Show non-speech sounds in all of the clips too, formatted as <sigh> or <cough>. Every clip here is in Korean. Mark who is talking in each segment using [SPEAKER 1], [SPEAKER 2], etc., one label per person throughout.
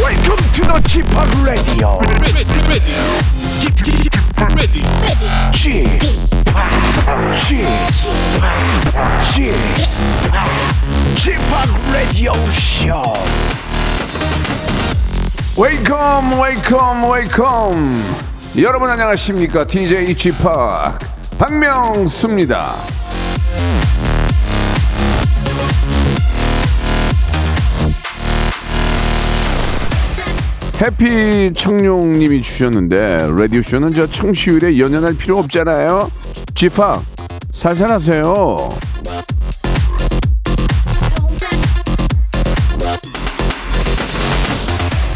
[SPEAKER 1] Welcome to the g p o p Radio.
[SPEAKER 2] ready, ready, ready, ready.
[SPEAKER 1] g p o p g p o p g p o p Radio Show.
[SPEAKER 3] 웨이컴 웨이컴 웨이컴 여러분 안녕하십니까 DJ g p o p 박명수입니다 해피 청룡님이 주셨는데 라디오쇼는 저 청취율에 연연할 필요 없잖아요 g p o p 살살하세요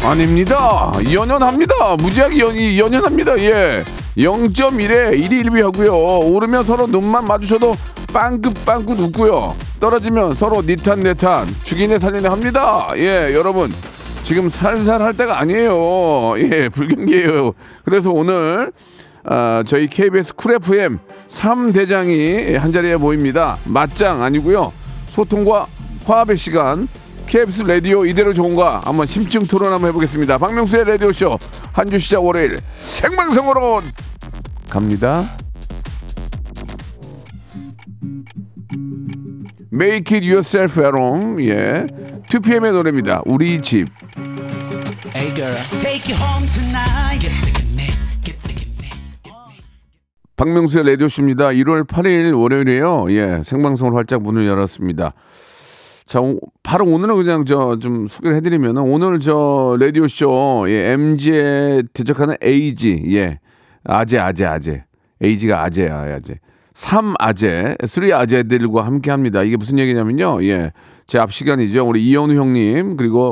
[SPEAKER 3] 아닙니다. 연연합니다. 무지하게 연, 연연합니다. 예. 0.1에 1이 1비 하고요. 오르면 서로 눈만 마주쳐도 빵긋빵긋 웃고요. 떨어지면 서로 니탄 내탄 죽이네 살리네 합니다. 예, 여러분. 지금 살살 할 때가 아니에요. 예, 불경기예요. 그래서 오늘 아, 저희 KBS 쿨 FM 3대장이 한자리에 모입니다. 맞짱 아니고요. 소통과 화합의 시간 KBS 라디오 이대로 좋은가 한번 심층 토론 한번 해보겠습니다. 박명수의 라디오 쇼 한 주 시작 월요일 생방송으로 갑니다. Make it yourself at home. 예. 2PM의 노래입니다. 우리 집.
[SPEAKER 4] Take you home tonight. Get the connect, get the connect.
[SPEAKER 3] 박명수의 라디오쇼입니다. 1월 8일 월요일이에요. 예, 생방송으로 활짝 문을 열었습니다. 자, 오- 바로 오늘은 그냥 저 좀 소개를 해드리면은 오늘 저 라디오쇼, 예, MG에 대적하는 AG, 예, 아재, 아재, 아재. AG가 아재야, 아재. 삼 아재, 쓰리 아재들과 함께 합니다. 이게 무슨 얘기냐면요. 예. 제 앞 시간이죠. 우리 이현우 형님, 그리고,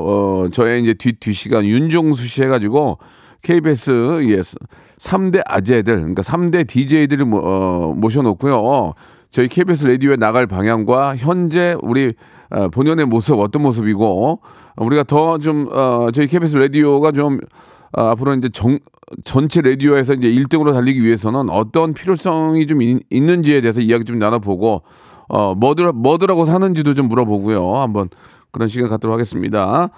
[SPEAKER 3] 어, 저의 이제 뒤, 뒤 시간 윤종수 씨 해가지고 KBS, 예, 3대 아재들, 그러니까 3대 DJ들을 모, 어, 모셔놓고요. 저희 KBS 라디오에 나갈 방향과 현재 우리 어, 본연의 모습 어떤 모습이고 우리가 더 좀 어, 저희 KBS 라디오가 좀 어, 앞으로 이제 정, 전체 라디오에서 이제 1등으로 달리기 위해서는 어떤 필요성이 좀 있, 있는지에 대해서 이야기 좀 나눠보고 어, 뭐더라, 뭐더라고 사는지도 좀 물어보고요. 한번 그런 시간 갖도록 하겠습니다.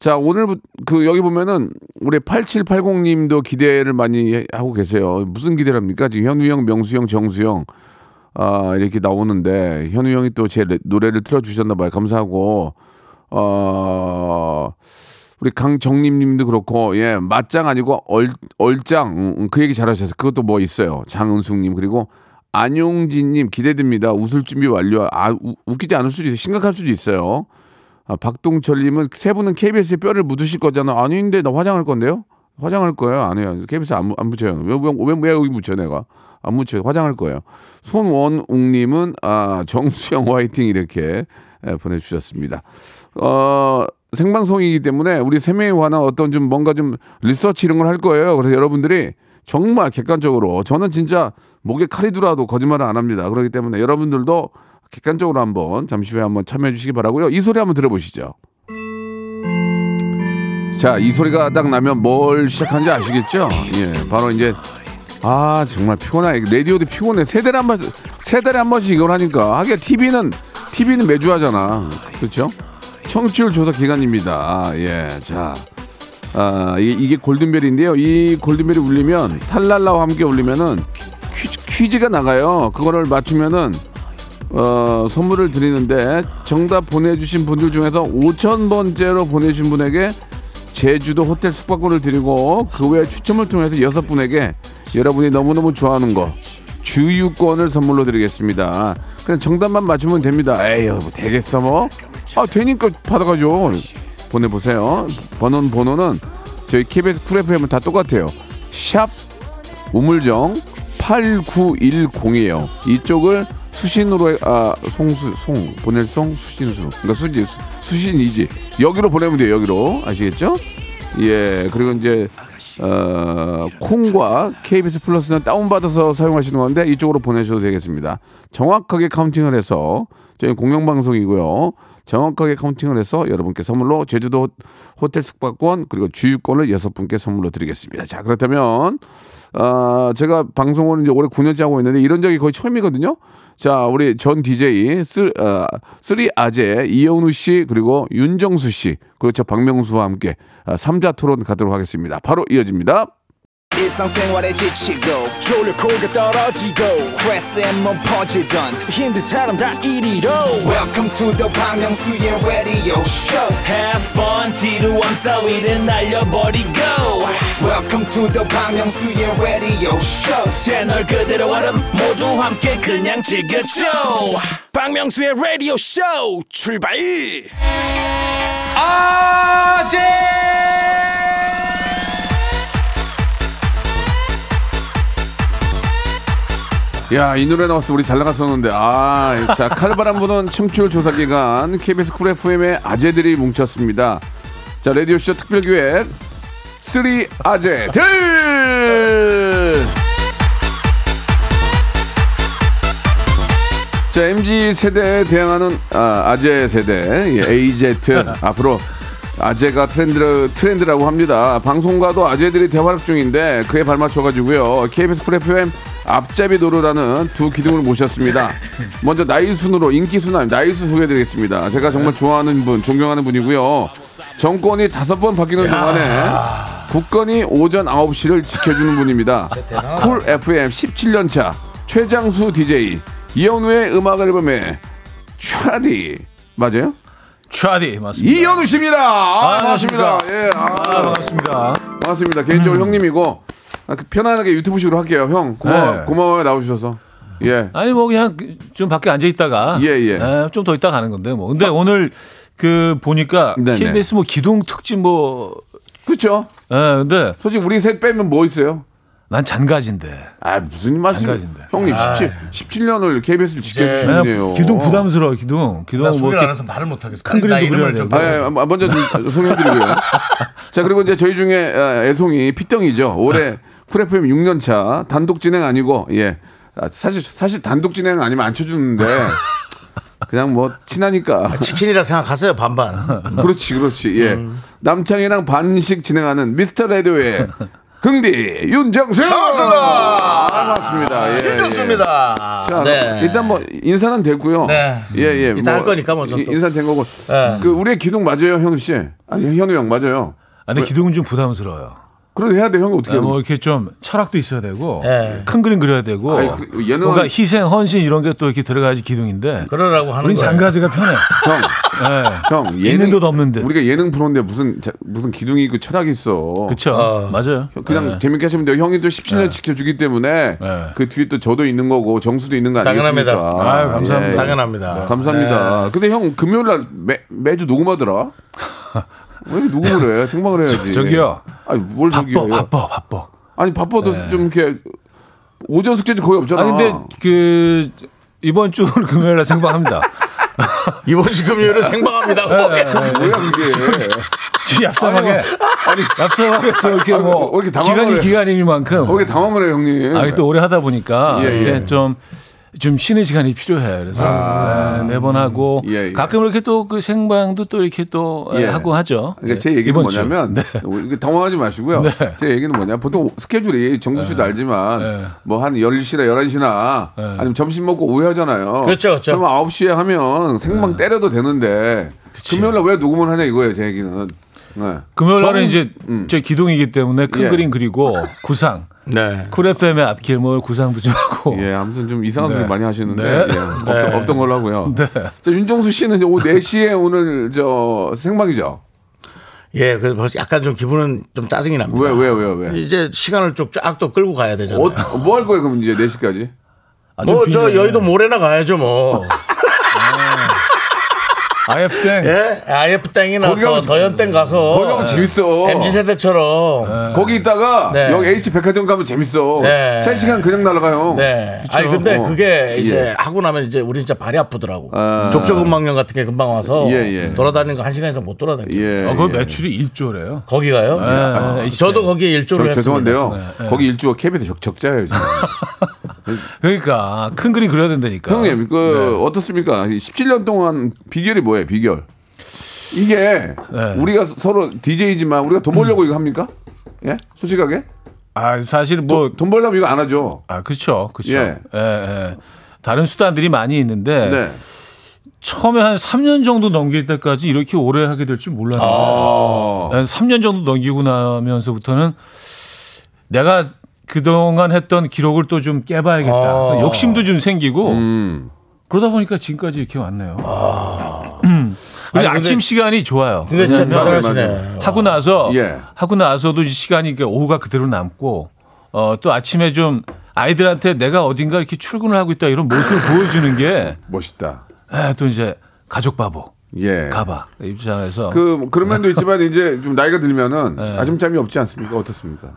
[SPEAKER 3] 자, 오늘 그 여기 보면은 우리 8780 님도 기대를 많이 해- 하고 계세요. 무슨 기대를 합니까? 지금 현우 형, 명수 형, 정수 형. 아, 이렇게 나오는데 현우 형이 또 제 노래를 틀어 주셨나 봐요. 감사하고 어 우리 강정림 님도 그렇고 예, 맞짱 아니고 얼 얼짱. 음, 음, 그 얘기 잘하셨어요. 그것도 뭐 있어요. 장은숙 님 그리고 안용진 님 기대됩니다. 웃을 준비 완료. 아, 우- 웃기지 않을 수도 있어요. 심각할 수도 있어요. 아, 박동철님은 세 분은 KBS에 뼈를 묻으실 거잖아. 아닌데 나 화장할 건데요? 화장할 거예요? 안 해요. KBS 안, 묻- 안 붙여요. 왜, 왜, 왜, 왜 여기 묻혀 내가? 안 묻혀요. 화장할 거예요. 손원웅님은 아, 정수영 화이팅 이렇게 예, 보내주셨습니다. 어, 생방송이기 때문에 우리 세 명에 관한 어떤 좀 뭔가 좀 리서치 이런 걸 할 거예요. 그래서 여러분들이 정말 객관적으로 저는 진짜 목에 칼이 들어와도 거짓말을 안 합니다. 그렇기 때문에 여러분들도 객관적으로 한번 잠시 후에 한번 참여해 주시기 바라고요. 이 소리 한번 들어보시죠. 자, 이 소리가 딱 나면 뭘 시작한지 아시겠죠? 예, 바로 이제 아 정말 피곤해. 라디오도 피곤해. 세 달에 한 번, 세 달에 한 번씩 이걸 하니까 하기야 TV는 TV는 매주 하잖아. 그렇죠? 청취율 조사 기간입니다. 아, 예, 자. 아, 이게, 이게 골든벨인데요. 이 골든벨이 울리면 탈랄라와 함께 울리면은 퀴즈, 퀴즈가 나가요. 그거를 맞추면은 어, 선물을 드리는데 정답 보내주신 분들 중에서 5,000번째로 보내주신 분에게 제주도 호텔 숙박권을 드리고 그 외에 추첨을 통해서 여섯 분에게 여러분이 너무너무 좋아하는 거 주유권을 선물로 드리겠습니다. 그냥 정답만 맞추면 됩니다. 에휴, 뭐 되겠어 뭐? 아, 되니까 받아가죠. 보내보세요. 번호는 번호는 저희 KBS 쿨 FM은 다 똑같아요. 샵 우물정 8910이에요. 이쪽을 수신으로 해- 아 송수 송 보낼 송 수신수 그러니까 수지 수- 수신이지 여기로 보내면 돼요 여기로 아시겠죠? 예 그리고 이제 어, 콩과 KBS 플러스는 다운받아서 사용하시는 건데 이쪽으로 보내셔도 되겠습니다. 정확하게 카운팅을 해서 저희 공영방송이고요. 정확하게 카운팅을 해서 여러분께 선물로 제주도 호텔 숙박권 그리고 주유권을 여섯 분께 선물로 드리겠습니다. 자 그렇다면 아, 제가 방송을 이제 올해 9년째 하고 있는데 이런 적이 거의 처음이거든요. 자, 우리 전 DJ, 쓰, 어, 쓰리 아재, 이영우 씨, 그리고 윤정수 씨, 그리고 저 박명수와 함께 아, 삼자 토론 가도록 하겠습니다. 바로 이어집니다.
[SPEAKER 5] 일상생활에 지치고, 졸려 코가 떨어지고, 스트레스에 몸 퍼지던, 힘든 사람 다 이리로. welcome to the Bang Myung-soo's radio show
[SPEAKER 6] Have fun 지루함 따위를 날려버리고
[SPEAKER 5] welcome to the Bang Myung-soo's radio show
[SPEAKER 6] 채널 그대로 얼음 모두 함께 그냥 즐겨줘
[SPEAKER 5] 박명수의 radio show 출발
[SPEAKER 3] 야, 이 노래 나왔어. 우리 잘 나갔었는데. 아, 자, 칼바람 부는 청취율 조사 기간 KBS 쿨 FM의 아재들이 뭉쳤습니다. 자, 라디오쇼 특별 기획 쓰리 아재들. 자, MZ 세대에 대항하는 아, 아재 세대, 예, AZ 앞으로 아재가 트렌드 트렌드라고 합니다. 방송과도 아재들이 대화력 중인데 그에 발맞춰 가지고요. KBS 쿨 FM 앞잡이 노르라는 두 기둥을 모셨습니다. 먼저 나이 순으로 인기 순위 나이 순 소개드리겠습니다. 제가 정말 좋아하는 분, 존경하는 분이고요. 정권이 다섯 번 바뀌는 동안에 국건이 오전 9시를 지켜주는 분입니다. 쿨 FM 17년 차 최장수 DJ 이현우의 음악 앨범에 촤디 맞아요?
[SPEAKER 7] 촤디 맞습니다.
[SPEAKER 3] 이현우 씨입니다. 아, 반갑습니다. 예, 아,
[SPEAKER 7] 아, 반갑습니다.
[SPEAKER 3] 반갑습니다. 개인적으로 형님이고 아, 그 편안하게 유튜브식으로 할게요. 형 고마워,
[SPEAKER 7] 네.
[SPEAKER 3] 고마워요 나오셔서. 예.
[SPEAKER 7] 아니 뭐 그냥 좀 밖에 앉아 있다가 네,
[SPEAKER 3] 예, 예.
[SPEAKER 7] 좀 더 있다 가는 건데 뭐. 근데 오늘 그 보니까
[SPEAKER 3] 네네.
[SPEAKER 7] KBS 뭐 기둥 특집 뭐
[SPEAKER 3] 그렇죠.
[SPEAKER 7] 예, 근데
[SPEAKER 3] 솔직히 우리 셋 빼면 뭐 있어요?
[SPEAKER 7] 난 잔가지인데.
[SPEAKER 3] 아 무슨 말씀?
[SPEAKER 7] 장가진데.
[SPEAKER 3] 형님 17, 17년을 KBS를
[SPEAKER 7] 아,
[SPEAKER 3] 지켜주시네요.
[SPEAKER 7] 기둥 부담스러워 기둥. 기둥 뭐
[SPEAKER 8] 소개를 안
[SPEAKER 7] 이렇게
[SPEAKER 8] 해서 말을 못 하겠어.
[SPEAKER 7] 큰
[SPEAKER 8] 나
[SPEAKER 7] 그림도
[SPEAKER 8] 이름을
[SPEAKER 7] 그려야
[SPEAKER 8] 좀
[SPEAKER 3] 아, 예, 아, 먼저 좀 소개해드리고요. 자, 그리고 이제 저희 중에 아, 애송이 피덩이죠. 올해 쿨FM 6년 차 단독 진행 아니고, 예. 아, 사실, 사실 단독 진행 아니면 안 쳐주는데, 그냥 뭐, 친하니까.
[SPEAKER 8] 치킨이라 생각하세요 반반.
[SPEAKER 3] 그렇지, 그렇지. 예. 남창이랑 반씩 진행하는 미스터 레디오의 긍디 윤정수!
[SPEAKER 8] 반갑습니다.
[SPEAKER 3] 아, 반갑습니다.
[SPEAKER 8] 네,
[SPEAKER 3] 예,
[SPEAKER 8] 윤정수입니다.
[SPEAKER 3] 자,
[SPEAKER 8] 네.
[SPEAKER 3] 일단 뭐 인사는 됐고요.
[SPEAKER 8] 네.
[SPEAKER 3] 예, 예.
[SPEAKER 8] 이따 할 거니까 뭐 좀 또.
[SPEAKER 3] 인사 된 거고.
[SPEAKER 8] 네.
[SPEAKER 3] 그 우리의 기둥 맞아요, 현우 씨. 아니, 현우 형 맞아요.
[SPEAKER 7] 아, 근데 기둥은 좀 부담스러워요.
[SPEAKER 3] 그래도 해야 돼, 형이 어떻게
[SPEAKER 7] 아,
[SPEAKER 3] 해요?
[SPEAKER 7] 뭐 이렇게 좀 철학도 있어야 되고
[SPEAKER 8] 예.
[SPEAKER 7] 큰 그림 그려야 되고
[SPEAKER 3] 아니, 그 예능은-
[SPEAKER 7] 뭐. 뭔가 희생 헌신 이런 게 또 이렇게 들어가야지 기둥인데
[SPEAKER 8] 그러라고 하는
[SPEAKER 7] 우린
[SPEAKER 8] 거예요.
[SPEAKER 7] 장가지가 편해. <laughs>
[SPEAKER 3] 형,
[SPEAKER 7] 예.
[SPEAKER 3] 형,
[SPEAKER 7] 있는 듯 없는 듯.
[SPEAKER 3] 우리가 예능 프로인데 무슨 자- 무슨 기둥이 있고 철학이 있어.
[SPEAKER 7] 그렇죠. 맞아요.
[SPEAKER 3] 그냥 재밌게 하시면 돼요. 형이 또 17년 지켜주기 때문에
[SPEAKER 7] 네.
[SPEAKER 3] 그 뒤에 또 저도 있는 거고 정수도 있는 거
[SPEAKER 8] 당연합니다.
[SPEAKER 3] 아니겠습니까?
[SPEAKER 7] 아유, 감사합니다.
[SPEAKER 3] 예, 예.
[SPEAKER 8] 네, 당연합니다. 네.
[SPEAKER 3] 감사합니다. 근데 형 금요일 날 매, 매주 녹음하더라. 왜 이렇게 녹음을 해? 생방을 해야지.
[SPEAKER 7] 저기요.
[SPEAKER 3] 아니 뭘
[SPEAKER 7] 바빠,
[SPEAKER 3] 저기요?
[SPEAKER 7] 바빠, 바빠.
[SPEAKER 3] 아니 바빠도 좀 이렇게 오전 숙제도 거의 없잖아.
[SPEAKER 7] 아 근데 그 이번 주 <laughs> 금요일 날 생방합니다.
[SPEAKER 8] 이번 주 금요일은 생방합니다.
[SPEAKER 3] 뭐야 그게?
[SPEAKER 7] 지금 얍삽하게
[SPEAKER 3] 아니
[SPEAKER 7] 얍삽하게 또 이렇게
[SPEAKER 3] 아니,
[SPEAKER 7] 뭐
[SPEAKER 3] 왜 이렇게 당황을
[SPEAKER 7] 기간이
[SPEAKER 3] 해?
[SPEAKER 7] 기간이니만큼
[SPEAKER 3] 거기 당황을 해 형님.
[SPEAKER 7] 아니 또 오래 하다 보니까
[SPEAKER 3] 예, 예.
[SPEAKER 7] 이렇게 좀. 좀 쉬는 시간이 필요해. 그래서 네, 네번 하고
[SPEAKER 3] 아. 예, 예.
[SPEAKER 7] 가끔 이렇게 또 그 생방도 또 이렇게 또
[SPEAKER 3] 예.
[SPEAKER 7] 하고 하죠.
[SPEAKER 3] 그러니까
[SPEAKER 7] 예,
[SPEAKER 3] 제 얘기는
[SPEAKER 7] 이번 주. 네.
[SPEAKER 3] 뭐냐면 이렇게 당황하지 마시고요. 제 얘기는 뭐냐 보통 스케줄이 정수 씨도 알지만
[SPEAKER 7] 네.
[SPEAKER 3] 뭐 한 10시나 11시나 아니면 점심 먹고 오후 하잖아요.
[SPEAKER 8] 그렇죠, 그렇죠.
[SPEAKER 3] 그러면 9시에 하면
[SPEAKER 7] 네.
[SPEAKER 3] 생방 때려도 되는데 금요일 날왜 녹음을 하냐 이거예요, 제 얘기는. 네.
[SPEAKER 7] 금요일 날은
[SPEAKER 3] 정-
[SPEAKER 7] 이제 제 기동이기 때문에 큰
[SPEAKER 3] 음. 예.
[SPEAKER 7] 그림 그리고 <laughs> 구상.
[SPEAKER 8] 네.
[SPEAKER 7] 쿨 FM의 앞길 뭐 구상도 좀 하고.
[SPEAKER 3] 예, 아무튼 좀 이상한 소리 많이 하시는데
[SPEAKER 7] 네.
[SPEAKER 3] 예, 없던, 없던 걸로 하고요.
[SPEAKER 7] 네.
[SPEAKER 3] 자, 윤정수 씨는 이제 오후 4시에 오늘 저 생방이죠.
[SPEAKER 8] 예, 그래서 벌써 약간 좀 기분은 좀 짜증이 납니다.
[SPEAKER 3] 왜 왜 왜
[SPEAKER 7] 예.
[SPEAKER 3] 왜? 왜?
[SPEAKER 8] 이제 시간을 쭉쫙또 끌고 가야 되잖아요.
[SPEAKER 3] 뭐 할 거예요, 그럼 이제 4시까지?
[SPEAKER 7] 아, 좀
[SPEAKER 8] 뭐 저
[SPEAKER 7] 비네.
[SPEAKER 8] 여의도 모래나 가야죠 뭐.
[SPEAKER 7] IF 땡.
[SPEAKER 8] 예, IF 땡이나
[SPEAKER 3] 거기 가면
[SPEAKER 8] 더, 더현 땡 가서
[SPEAKER 3] 거기 가면 재밌어.
[SPEAKER 8] MZ 세대처럼.
[SPEAKER 3] 거기 있다가
[SPEAKER 8] 네.
[SPEAKER 3] 여기 H 백화점 가면 재밌어.
[SPEAKER 8] 네.
[SPEAKER 3] 3시간 그냥 날아가요.
[SPEAKER 8] 네. 아니 근데
[SPEAKER 3] 어.
[SPEAKER 8] 그게 이제
[SPEAKER 3] 예.
[SPEAKER 8] 하고 나면 이제 우리 진짜 발이 아프더라고.
[SPEAKER 3] 아.
[SPEAKER 8] 족저근막염 같은 게 금방 와서
[SPEAKER 3] 예, 예.
[SPEAKER 8] 돌아다니는 거 한 시간 이상 못 돌아다니. 요
[SPEAKER 3] 예.
[SPEAKER 7] 아, 그거
[SPEAKER 3] 예.
[SPEAKER 7] 매출이 1조래요.
[SPEAKER 8] 거기가요? 아,
[SPEAKER 7] 예,
[SPEAKER 8] 저도 거기에 일조를
[SPEAKER 3] 저
[SPEAKER 8] 했습니다. 네, <laughs>
[SPEAKER 3] 죄송한데요. 거기 일주가 KBS 적, 적자예요. 지금.
[SPEAKER 7] 그러니까 큰 그림 그려야 된다니까.
[SPEAKER 3] 형님, 그
[SPEAKER 8] 네.
[SPEAKER 3] 어떻습니까? 17년 동안 비결이 뭐예요? 비결. 이게
[SPEAKER 7] 네.
[SPEAKER 3] 우리가 서로 DJ지만 우리가 돈 벌려고 이거 합니까? 예? 솔직하게?
[SPEAKER 7] 아 사실
[SPEAKER 8] 어.
[SPEAKER 7] 뭐
[SPEAKER 3] 돈 벌려면 이거 안 하죠.
[SPEAKER 7] 아, 그렇죠. 그렇죠.
[SPEAKER 3] 예.
[SPEAKER 7] 예. 예, 다른 수단들이 많이 있는데
[SPEAKER 3] 네.
[SPEAKER 7] 처음에 한 3년 정도 넘길 때까지 이렇게 오래 하게 될 줄 몰랐는데
[SPEAKER 8] 아.
[SPEAKER 3] 어.
[SPEAKER 7] 난 3년 정도 넘기고 나면서부터는 내가 그동안 했던 기록을 또 좀 깨봐야겠다.
[SPEAKER 8] 아.
[SPEAKER 7] 욕심도 좀 생기고
[SPEAKER 3] 음.
[SPEAKER 7] 그러다 보니까 지금까지 이렇게 왔네요. <clears throat> 우리
[SPEAKER 8] 아. 아니, 근데-
[SPEAKER 7] 아침 시간이 좋아요.
[SPEAKER 8] 근데 진짜
[SPEAKER 7] 왜냐면
[SPEAKER 8] 대단하시네.
[SPEAKER 7] 하고 나서
[SPEAKER 3] 예.
[SPEAKER 7] 하고 나서도 이제 시간이 그러니까 오후가 그대로 남고 어, 또 아침에 좀 아이들한테 내가 어딘가 이렇게 출근을 하고 있다 이런 모습을 보여주는 게
[SPEAKER 3] 멋있다.
[SPEAKER 7] 에, 또 이제 가족 바보
[SPEAKER 3] 예.
[SPEAKER 7] 가봐 입장에서
[SPEAKER 3] 그 그런 면도 있지만 이제 좀 나이가 들면은
[SPEAKER 8] 네.
[SPEAKER 3] 아침잠이 없지 않습니까? 어떻습니까?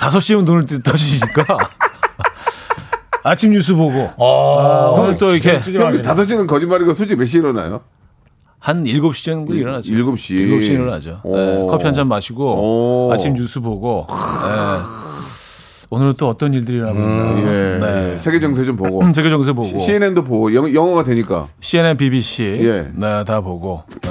[SPEAKER 7] 다섯 시면 눈을 뜨- 떠지니까 <laughs> 아침 뉴스 보고
[SPEAKER 8] 어.
[SPEAKER 7] 오늘 또 이렇게
[SPEAKER 3] 형님 다섯 시는 거짓말이고 솔직히 몇 시에 일어나요?
[SPEAKER 7] 한 일곱 시 정도 일어나죠.
[SPEAKER 3] 일곱 시.
[SPEAKER 7] 일곱 시에 일어나죠.
[SPEAKER 3] 오.
[SPEAKER 7] 예, 커피 한 잔 마시고
[SPEAKER 3] 오.
[SPEAKER 7] 아침 뉴스 보고 예. 오늘은 또 어떤 일들이 일어나고 있나.
[SPEAKER 3] 예.
[SPEAKER 7] 네. 음.
[SPEAKER 3] 예. 세계 정세 좀 보고.
[SPEAKER 7] 세계 정세 보고
[SPEAKER 3] CNN도 보고 영, 영어가
[SPEAKER 7] <laughs>
[SPEAKER 3] 되니까
[SPEAKER 7] CNN, BBC
[SPEAKER 3] 예.
[SPEAKER 7] 네, 다 보고 네.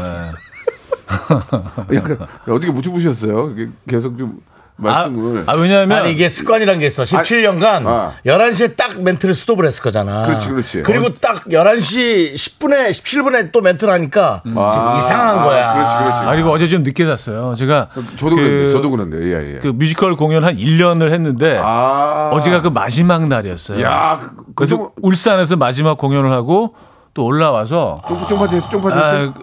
[SPEAKER 3] 약간 어떻게 무주부셨어요? 이게 계속 좀
[SPEAKER 7] 아,
[SPEAKER 3] 말씀을
[SPEAKER 7] 아, 왜냐하면
[SPEAKER 8] 아니 이게 습관이란 게 있어. 17년간
[SPEAKER 3] 아.
[SPEAKER 8] 11시에 딱 멘트를 스톱을 했을 거잖아.
[SPEAKER 3] 그렇지, 그렇지.
[SPEAKER 8] 리고딱 11시 10분에 17분에 또 멘트를 하니까
[SPEAKER 3] 아,
[SPEAKER 8] 지금 이상한
[SPEAKER 3] 아,
[SPEAKER 8] 거야.
[SPEAKER 3] 그렇지, 그렇지.
[SPEAKER 7] 아, 그리고 어제 좀 늦게 잤어요. 제가
[SPEAKER 3] 저도 그,
[SPEAKER 7] 그,
[SPEAKER 3] 런데 저도 그런데 예예.
[SPEAKER 7] 그 뮤지컬 공연 한 1년을 했는데
[SPEAKER 3] 아
[SPEAKER 7] 어제가 그 마지막 날이었어요.
[SPEAKER 3] 야뭐
[SPEAKER 7] 그래서
[SPEAKER 3] 그좀
[SPEAKER 7] 울산에서 마지막 공연을 하고 또 올라와서
[SPEAKER 3] 쫑파티 했어 쫑파티 했어.
[SPEAKER 7] 아,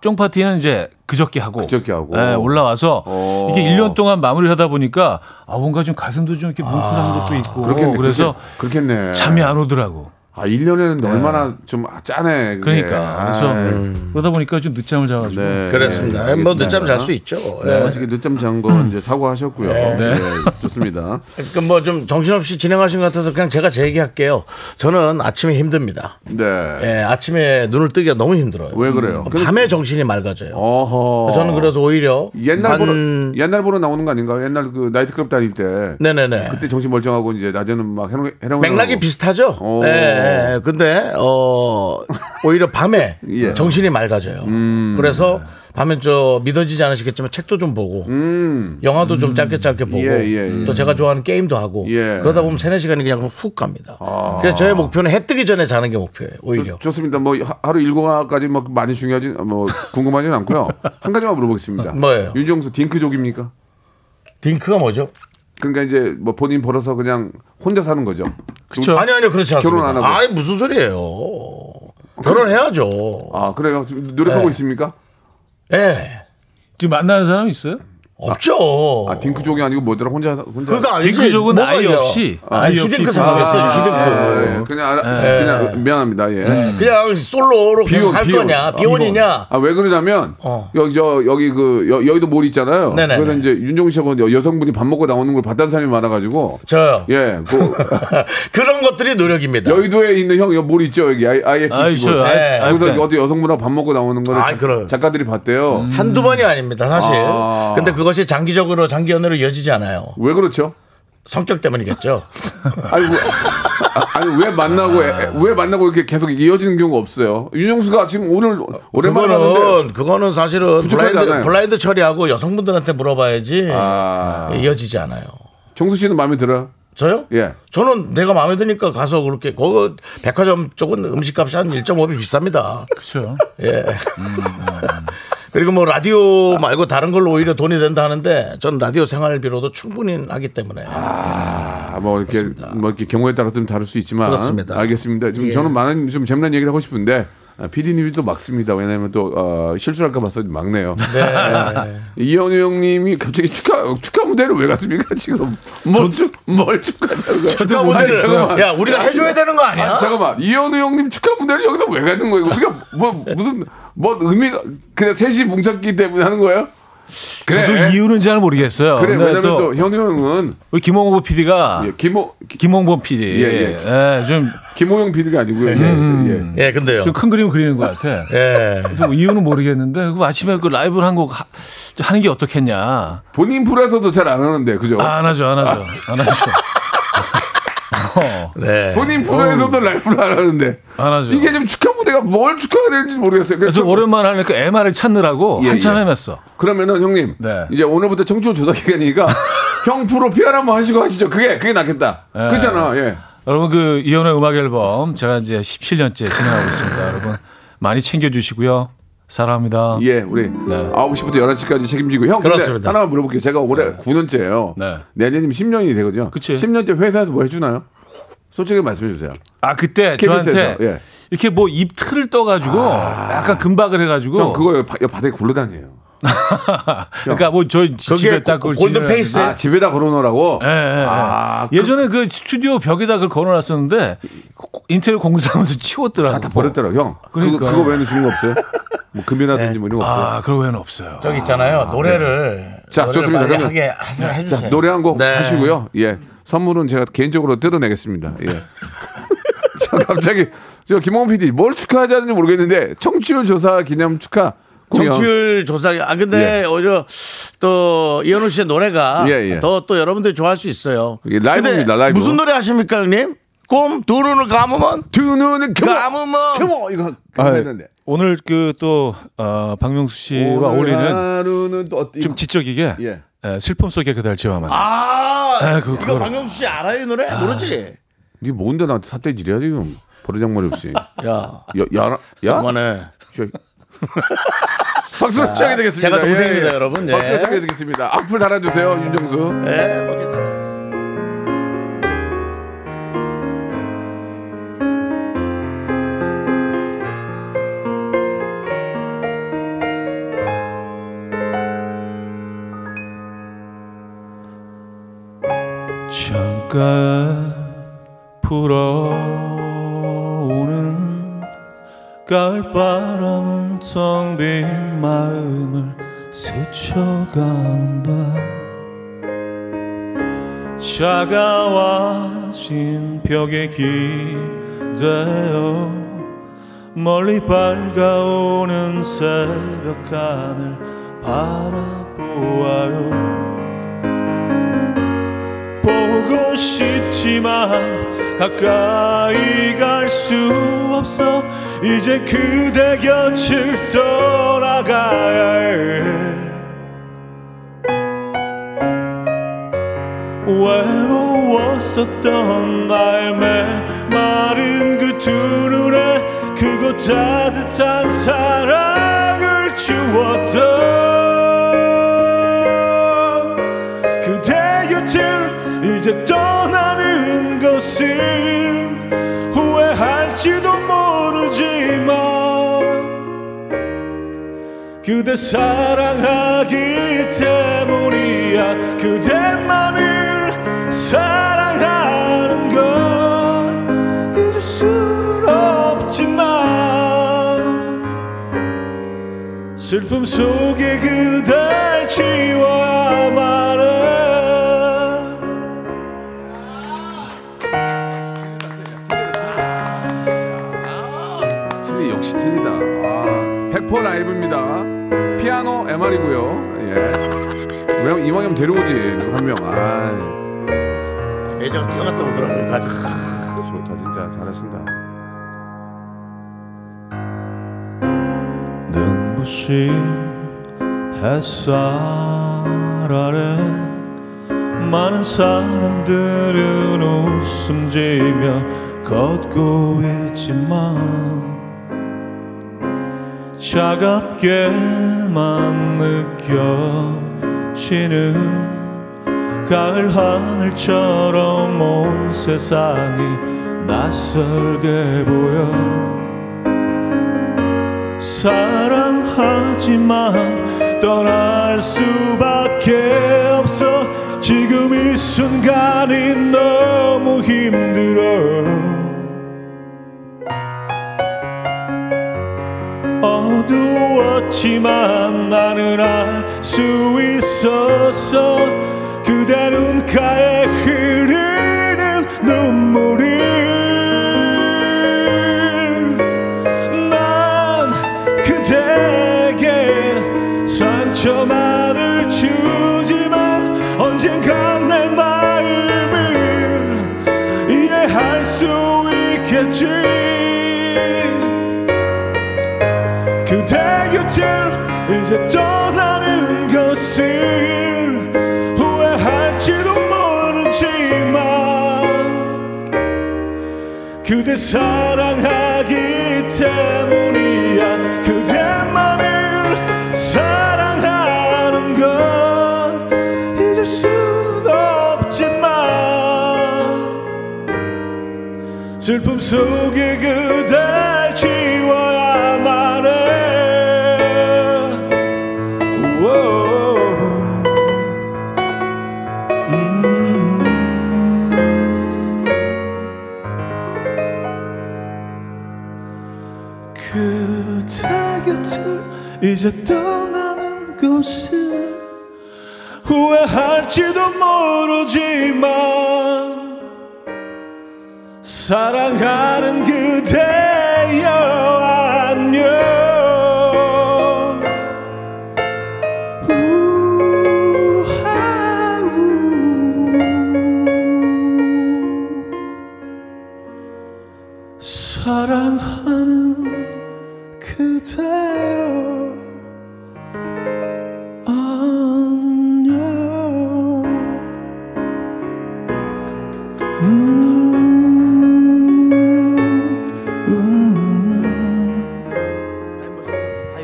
[SPEAKER 7] 쫑파티는 이제 그저께 하고
[SPEAKER 3] 그저께 하고.
[SPEAKER 7] 예, 올라와서
[SPEAKER 3] 어.
[SPEAKER 7] 이게 1년 동안 마무리하다 보니까 아 뭔가 좀 가슴도 좀 이렇게 뭉클한 것도 있고
[SPEAKER 3] 아, 그렇겠네.
[SPEAKER 7] 래서
[SPEAKER 3] 그렇게, 그렇겠네.
[SPEAKER 7] 잠이 안 오더라고.
[SPEAKER 3] 아 1년에는 얼마나 좀 아, 짜네. 그게.
[SPEAKER 7] 그러니까 그래서
[SPEAKER 3] 예. 아이,
[SPEAKER 7] 그러다 보니까 좀 늦잠을 자가지고
[SPEAKER 3] 네.
[SPEAKER 8] 그렇습니다.
[SPEAKER 3] 예,
[SPEAKER 8] 뭐
[SPEAKER 3] 알겠습니다.
[SPEAKER 8] 늦잠 잘 수 있죠.
[SPEAKER 3] 네.
[SPEAKER 8] 예.
[SPEAKER 3] 어떻게 늦잠 잔 거 이제 사과하셨고요. 네. 좋습니다.
[SPEAKER 8] 그러니까 뭐 좀 정신없이 진행하신 것 같아서 그냥 제가 제 얘기할게요. 저는 아침에 힘듭니다.
[SPEAKER 3] 네.
[SPEAKER 8] 예, 아침에 눈을 뜨기가 너무 힘들어요. 음,
[SPEAKER 3] 왜 그래요?
[SPEAKER 8] 밤에 정신이 맑아져요.
[SPEAKER 3] 어허.
[SPEAKER 8] 저는 그래서 오히려
[SPEAKER 3] 옛날 보러
[SPEAKER 8] 한-
[SPEAKER 3] 옛날 보러 나오는 거 아닌가요? 옛날 그 나이트클럽 다닐 때
[SPEAKER 8] 네네네.
[SPEAKER 3] 그때 어. 정신 멀쩡하고 이제 낮에는 막 해롱 해롱
[SPEAKER 8] 맥락이 비슷하죠.
[SPEAKER 3] 오.
[SPEAKER 8] 예, 예. 근데 어 오히려 밤에
[SPEAKER 3] <laughs> 예. 음.
[SPEAKER 8] 정신이 맑아져요. 그래서 밤엔 저 믿어지지 않으시겠지만 책도 좀 보고
[SPEAKER 3] 음,
[SPEAKER 8] 영화도 좀 짧게 짧게 보고
[SPEAKER 3] 예, 예, 예.
[SPEAKER 8] 또 제가 좋아하는 게임도 하고
[SPEAKER 3] 예. 아.
[SPEAKER 8] 그러다 보면 세네 시간이 그냥 훅 갑니다. 그래서 저의 목표는 해 뜨기 전에 자는 게 목표예요. 오히려
[SPEAKER 3] 좋습니다. 뭐 하- 하루 일과까지 막 많이 중요하지 뭐 궁금하지는
[SPEAKER 8] <laughs>
[SPEAKER 3] 않고요. 한 가지만 물어보겠습니다.
[SPEAKER 8] 뭐예요?
[SPEAKER 3] 윤정수 딩크족입니까?
[SPEAKER 8] 딩크가 뭐죠?
[SPEAKER 3] 그러니까 이제 뭐 본인 벌어서 그냥 혼자 사는 거죠.
[SPEAKER 7] 그쵸?
[SPEAKER 8] 아니 아니요 그렇지 않습니다.
[SPEAKER 3] 결혼 안 하고.
[SPEAKER 8] 아니 무슨 소리예요? 결혼해야죠.
[SPEAKER 3] 아 그래요? 지금 노력하고
[SPEAKER 8] 네.
[SPEAKER 3] 있습니까? 아,
[SPEAKER 8] 예.
[SPEAKER 7] 지금 만나는 사람 있어요?
[SPEAKER 8] 없죠.
[SPEAKER 3] 아 딩크족이 아니고 뭐더라 혼자 혼자.
[SPEAKER 8] 어. 그거 아니지.
[SPEAKER 7] 딩크족은
[SPEAKER 8] 뭐가
[SPEAKER 7] 아이
[SPEAKER 8] 있냐.
[SPEAKER 7] 없이,
[SPEAKER 8] 아니,
[SPEAKER 7] 아이
[SPEAKER 8] 히딩크
[SPEAKER 7] 없이
[SPEAKER 8] 상황이었어요.
[SPEAKER 3] 아,
[SPEAKER 8] 히딩크.
[SPEAKER 3] 예, 예. 그냥 알아,
[SPEAKER 8] 네.
[SPEAKER 3] 그냥 미안합니다. 예.
[SPEAKER 8] 그냥 솔로로 계속 살 거냐 비혼이냐
[SPEAKER 3] 아 왜 그러냐면
[SPEAKER 8] 어.
[SPEAKER 3] 여기 저 여기 그 여, 여의도 몰 있잖아요.
[SPEAKER 8] 네네네.
[SPEAKER 3] 그래서 이제 윤종 씨하고 여- 여성분이 밥 먹고 나오는 걸 봤다는 사람이 많아가지고
[SPEAKER 8] 저요
[SPEAKER 3] 예, 그
[SPEAKER 8] <laughs> 그런 것들이 노력입니다
[SPEAKER 3] 여의도에 있는 형 여기 몰 있죠 여기 아이 아이
[SPEAKER 7] 아,
[SPEAKER 3] 시고
[SPEAKER 7] 있어요.
[SPEAKER 8] 네.
[SPEAKER 7] 아,
[SPEAKER 3] 거기서
[SPEAKER 7] 그러니까
[SPEAKER 3] 어디 여성분하고 밥 먹고 나오는 거를
[SPEAKER 8] 아,
[SPEAKER 3] 작-
[SPEAKER 8] 그래요. 음.
[SPEAKER 3] 작가들이 봤대요.
[SPEAKER 8] 한두 번이 아닙니다 사실
[SPEAKER 3] 아.
[SPEAKER 8] 근데 그것이 장기적으로 장기 연애로 이어지지 않아요
[SPEAKER 3] 왜 그렇죠?
[SPEAKER 8] 성격 때문이겠죠
[SPEAKER 3] 아니, 왜, 아, 아니 왜 만나고 애- 왜 만나고 이렇게 계속 이어지는 경우가 없어요. 윤정수가 지금 오늘 <laughs> 오랜만에 하는데
[SPEAKER 8] 그거는 그거는 사실은
[SPEAKER 3] 부족하지
[SPEAKER 8] 블라인드,
[SPEAKER 3] 않아요.
[SPEAKER 8] 블라인드 처리하고 여성분들한테 물어봐야지
[SPEAKER 3] 아,
[SPEAKER 8] 이어지지 않아요
[SPEAKER 3] 정수 씨는 마음에 들어요?
[SPEAKER 8] 저요?
[SPEAKER 3] 예.
[SPEAKER 8] 저는 내가 마음에 드니까 가서 그렇게 그 백화점 쪽은 음식값이 한 1.5배 비쌉니다
[SPEAKER 7] 그쵸.
[SPEAKER 8] 예.
[SPEAKER 3] 음,
[SPEAKER 8] <laughs> 그리고 뭐 라디오 말고 다른 걸로 오히려 돈이 된다 하는데 전 라디오 생활비로도 충분히 하기 때문에
[SPEAKER 3] 아, 뭐 이렇게 뭐 이렇게 경우에 따라 좀 다를 수 있지만
[SPEAKER 8] 그렇습니다. 예.
[SPEAKER 3] 알겠습니다. 지금 저는 많은 좀 재미난 얘기를 하고 싶은데 PD님이 또 막습니다. 왜냐하면 또 어, 실수할까 봐서 막네요. 예. 이현우 형님이 갑자기 축하 축하 무대를 왜 갔습니까 지금? 뭘축뭘 축하냐고?
[SPEAKER 8] 축하 무대를 야 우리가 해줘야 되는 거 아니야?
[SPEAKER 3] 뭐 아, 잠깐만 이현우 형님 축하 무대를 여기서 왜 가는 거예요? 우리가 뭐 무슨 뭐 의미가 그냥 셋이 뭉쳤기 때문에 하는 거예요? 그래 예.
[SPEAKER 7] 저도 이유는 잘 모르겠어요.
[SPEAKER 3] 그래
[SPEAKER 7] 근데
[SPEAKER 3] 왜냐면
[SPEAKER 7] 또,
[SPEAKER 3] 또 현우 형은
[SPEAKER 7] 우리 김홍보 PD가
[SPEAKER 3] 예, 김호
[SPEAKER 7] 김홍범 PD
[SPEAKER 3] 예, 예.
[SPEAKER 7] 좀좀
[SPEAKER 3] 김호영 PD가 아니고요.
[SPEAKER 7] 네.
[SPEAKER 3] 예,
[SPEAKER 7] 음.
[SPEAKER 3] 예.
[SPEAKER 8] 예, 근데요.
[SPEAKER 7] 큰 그림 그리는 것 같아.
[SPEAKER 8] 예.
[SPEAKER 7] 그래서 뭐 이유는 모르겠는데 그 아침에 그 라이브를 한 곡 하는 게 어떻겠냐.
[SPEAKER 3] 본인 프로에서도 잘 안 하는데 그죠?
[SPEAKER 7] 아, 안 하죠, 안 하죠, 안 하죠.
[SPEAKER 8] 네.
[SPEAKER 7] 어.
[SPEAKER 3] 본인 프로에서도 라이브를 안 하는데
[SPEAKER 7] 안 하죠.
[SPEAKER 3] 이게 지금 축하 무대가 뭘 축하가 될지 모르겠어요.
[SPEAKER 7] 아, 그래서
[SPEAKER 3] 좀-
[SPEAKER 7] 오랜만에 하니까 MR을 찾느라고
[SPEAKER 3] 예,
[SPEAKER 7] 한참
[SPEAKER 3] 예.
[SPEAKER 7] 헤맸어.
[SPEAKER 3] 그러면은 형님
[SPEAKER 7] 네.
[SPEAKER 3] 이제 오늘부터 청춘 조사
[SPEAKER 7] <laughs>
[SPEAKER 3] 기간이니까 형 프로 PR 한번 하시고 하시죠. 그게 그게 낫겠다.
[SPEAKER 7] 예.
[SPEAKER 3] 그렇잖아. 예.
[SPEAKER 7] 여러분 그 이현우의 음악 앨범 제가 이제 17년째 진행하고 있습니다. 여러분 많이 챙겨주시고요. 사랑합니다.
[SPEAKER 3] 예, 우리
[SPEAKER 7] 네.
[SPEAKER 3] 아홉 시부터 11시까지 책임지고 형 근데
[SPEAKER 8] 그렇습니다.
[SPEAKER 3] 하나만 물어볼게요. 제가 올해 9년째예요.
[SPEAKER 7] 네.
[SPEAKER 3] 내년이면 10년이 되거든요.
[SPEAKER 7] 그치.
[SPEAKER 3] 10년째 회사에서 뭐 해주나요? 솔직히 말씀해 주세요.
[SPEAKER 7] 아 그때
[SPEAKER 3] KBS 에서,
[SPEAKER 7] 저한테
[SPEAKER 3] 예. 아.
[SPEAKER 7] 이렇게 뭐 입 틀을 떠가지고 약간 금박을 해가지고
[SPEAKER 3] 형 그거 바, 바닥에 굴러다녀요.
[SPEAKER 7] 그러니까 뭐 저 집에
[SPEAKER 8] 그게
[SPEAKER 7] 딱
[SPEAKER 8] 고-
[SPEAKER 7] 그걸
[SPEAKER 8] 골든
[SPEAKER 7] 진열해-
[SPEAKER 8] 페이스.
[SPEAKER 3] 아, 집에다 걸어놓으라고?
[SPEAKER 7] 예, 예, 예.
[SPEAKER 3] 아, 그-
[SPEAKER 7] 예전에 그 스튜디오 벽에다 그걸 걸어놨었는데 고- 인테리어 공사하면서 치웠더라고.
[SPEAKER 3] 다 버렸더라고, 형. 그거
[SPEAKER 7] 그러니까.
[SPEAKER 3] 그거 외에는 주는 거 없어요? 뭐 금이라든지 뭐 이런 거 없어요?
[SPEAKER 7] 아, 그런 외에는 없어요.
[SPEAKER 8] 저기 있잖아요. 노래를
[SPEAKER 3] 네. 자,
[SPEAKER 8] 노래를
[SPEAKER 3] 좋습니다.
[SPEAKER 8] 많이
[SPEAKER 3] 그러면-
[SPEAKER 8] 하게 하- 해주세요.
[SPEAKER 3] 자, 노래 한 곡
[SPEAKER 8] 네.
[SPEAKER 3] 하시고요. 예. 선물은 제가 개인적으로 뜯어내겠습니다. 예. <laughs> 저 갑자기 저 김홍 PD 뭘 축하하자는지 모르겠는데 청취율 조사 기념 축하 공연.
[SPEAKER 8] 정치율 조사. 아 근데
[SPEAKER 3] 예.
[SPEAKER 8] 오히려 또 이현우 씨의 노래가
[SPEAKER 3] 예, 예.
[SPEAKER 8] 더 또 여러분들이 좋아할 수 있어요.
[SPEAKER 3] 이게 라이브입니다,
[SPEAKER 8] 근데
[SPEAKER 3] 라이브.
[SPEAKER 8] 무슨 노래 하십니까, 형님? 꼼 두 눈을 감으면
[SPEAKER 3] 두 눈은 컴온
[SPEAKER 8] 감으면
[SPEAKER 3] 컴온 이거
[SPEAKER 7] 아,
[SPEAKER 3] 그거 했는데.
[SPEAKER 7] 오늘 그 또 어, 박명수 씨와
[SPEAKER 3] 오늘
[SPEAKER 7] 어울리는
[SPEAKER 3] 하루는 또 어떤
[SPEAKER 7] 좀 지적이게
[SPEAKER 3] 예.
[SPEAKER 7] 예, 슬픔 속의 그댈 지화만.
[SPEAKER 8] 아,
[SPEAKER 7] 아, 그거-
[SPEAKER 8] 이거
[SPEAKER 7] 그거라.
[SPEAKER 8] 박명수 씨 알아요 이 노래? 모르지?
[SPEAKER 3] 네 뭔데 나한테 삿대질이야 지금 버르장머리 없이.
[SPEAKER 8] 야,
[SPEAKER 3] 야, 야, 야?
[SPEAKER 8] 그만해.
[SPEAKER 3] 저- <laughs> 박수 시작해 드리겠습니다.
[SPEAKER 8] 아, 제가 동생입니다, 여러분. 예.
[SPEAKER 3] 박수 시작해 드리겠습니다. 악플 달아주세요, 윤정수.
[SPEAKER 8] 네, 먹겠습니다.
[SPEAKER 7] 잠깐 불어오는 가을바람은 텅 빈 마음을 스쳐간다 차가워진 벽에 기대어 멀리 밝아오는 새벽 하늘 바라보아요 보고 싶지만 가까이 갈 수 없어 이제 그대 곁을 떠나가야 해 외로웠었던 나의 메마른 그 두 눈에 그곳 따뜻한 사랑을 주었던 그대 곁을 이제 떠나는 것을 후회할지도 모르지만 그대 사랑하기 때문이야 그대만을 사랑하는 걸 잊을 수는 없지만 슬픔 속에 그댈 지워만해
[SPEAKER 3] 틀리 역시 틀리다. 아, 100% 라이브입니다. 피아노 MR이고요. 예. 왜냐면 이왕이면 데려오지 누구 한 명. 아,
[SPEAKER 8] 아, 매장 뛰어갔다 오더라고요. 가지고.
[SPEAKER 3] 아, 좋다 진짜 잘하신다.
[SPEAKER 7] 눈부신 햇살 아래 많은 사람들은 웃음 지며 걷고 있지만 차갑게만 느껴지는 가을 하늘처럼 온 세상이 낯설게 보여 사랑하지만 떠날 수밖에 없어 지금 이 순간이 너무 힘들어 어두웠지만 나는 알 수 있었어 그대 눈가에 흐르는 눈물을 난 그대에게 상처만을 주지만 언젠가 내 마음을 이해해
[SPEAKER 9] 그대 사랑하기 때문이야 그대만을 사랑하는 건 잊을 수는 없지만 슬픔 속에 그댈 지워야만 해 오. 그대 곁을 이제 떠나는 것을 후회할지도 모르지만 사랑하는 그대여 안녕 우하우. 사랑하는 그대여 안녕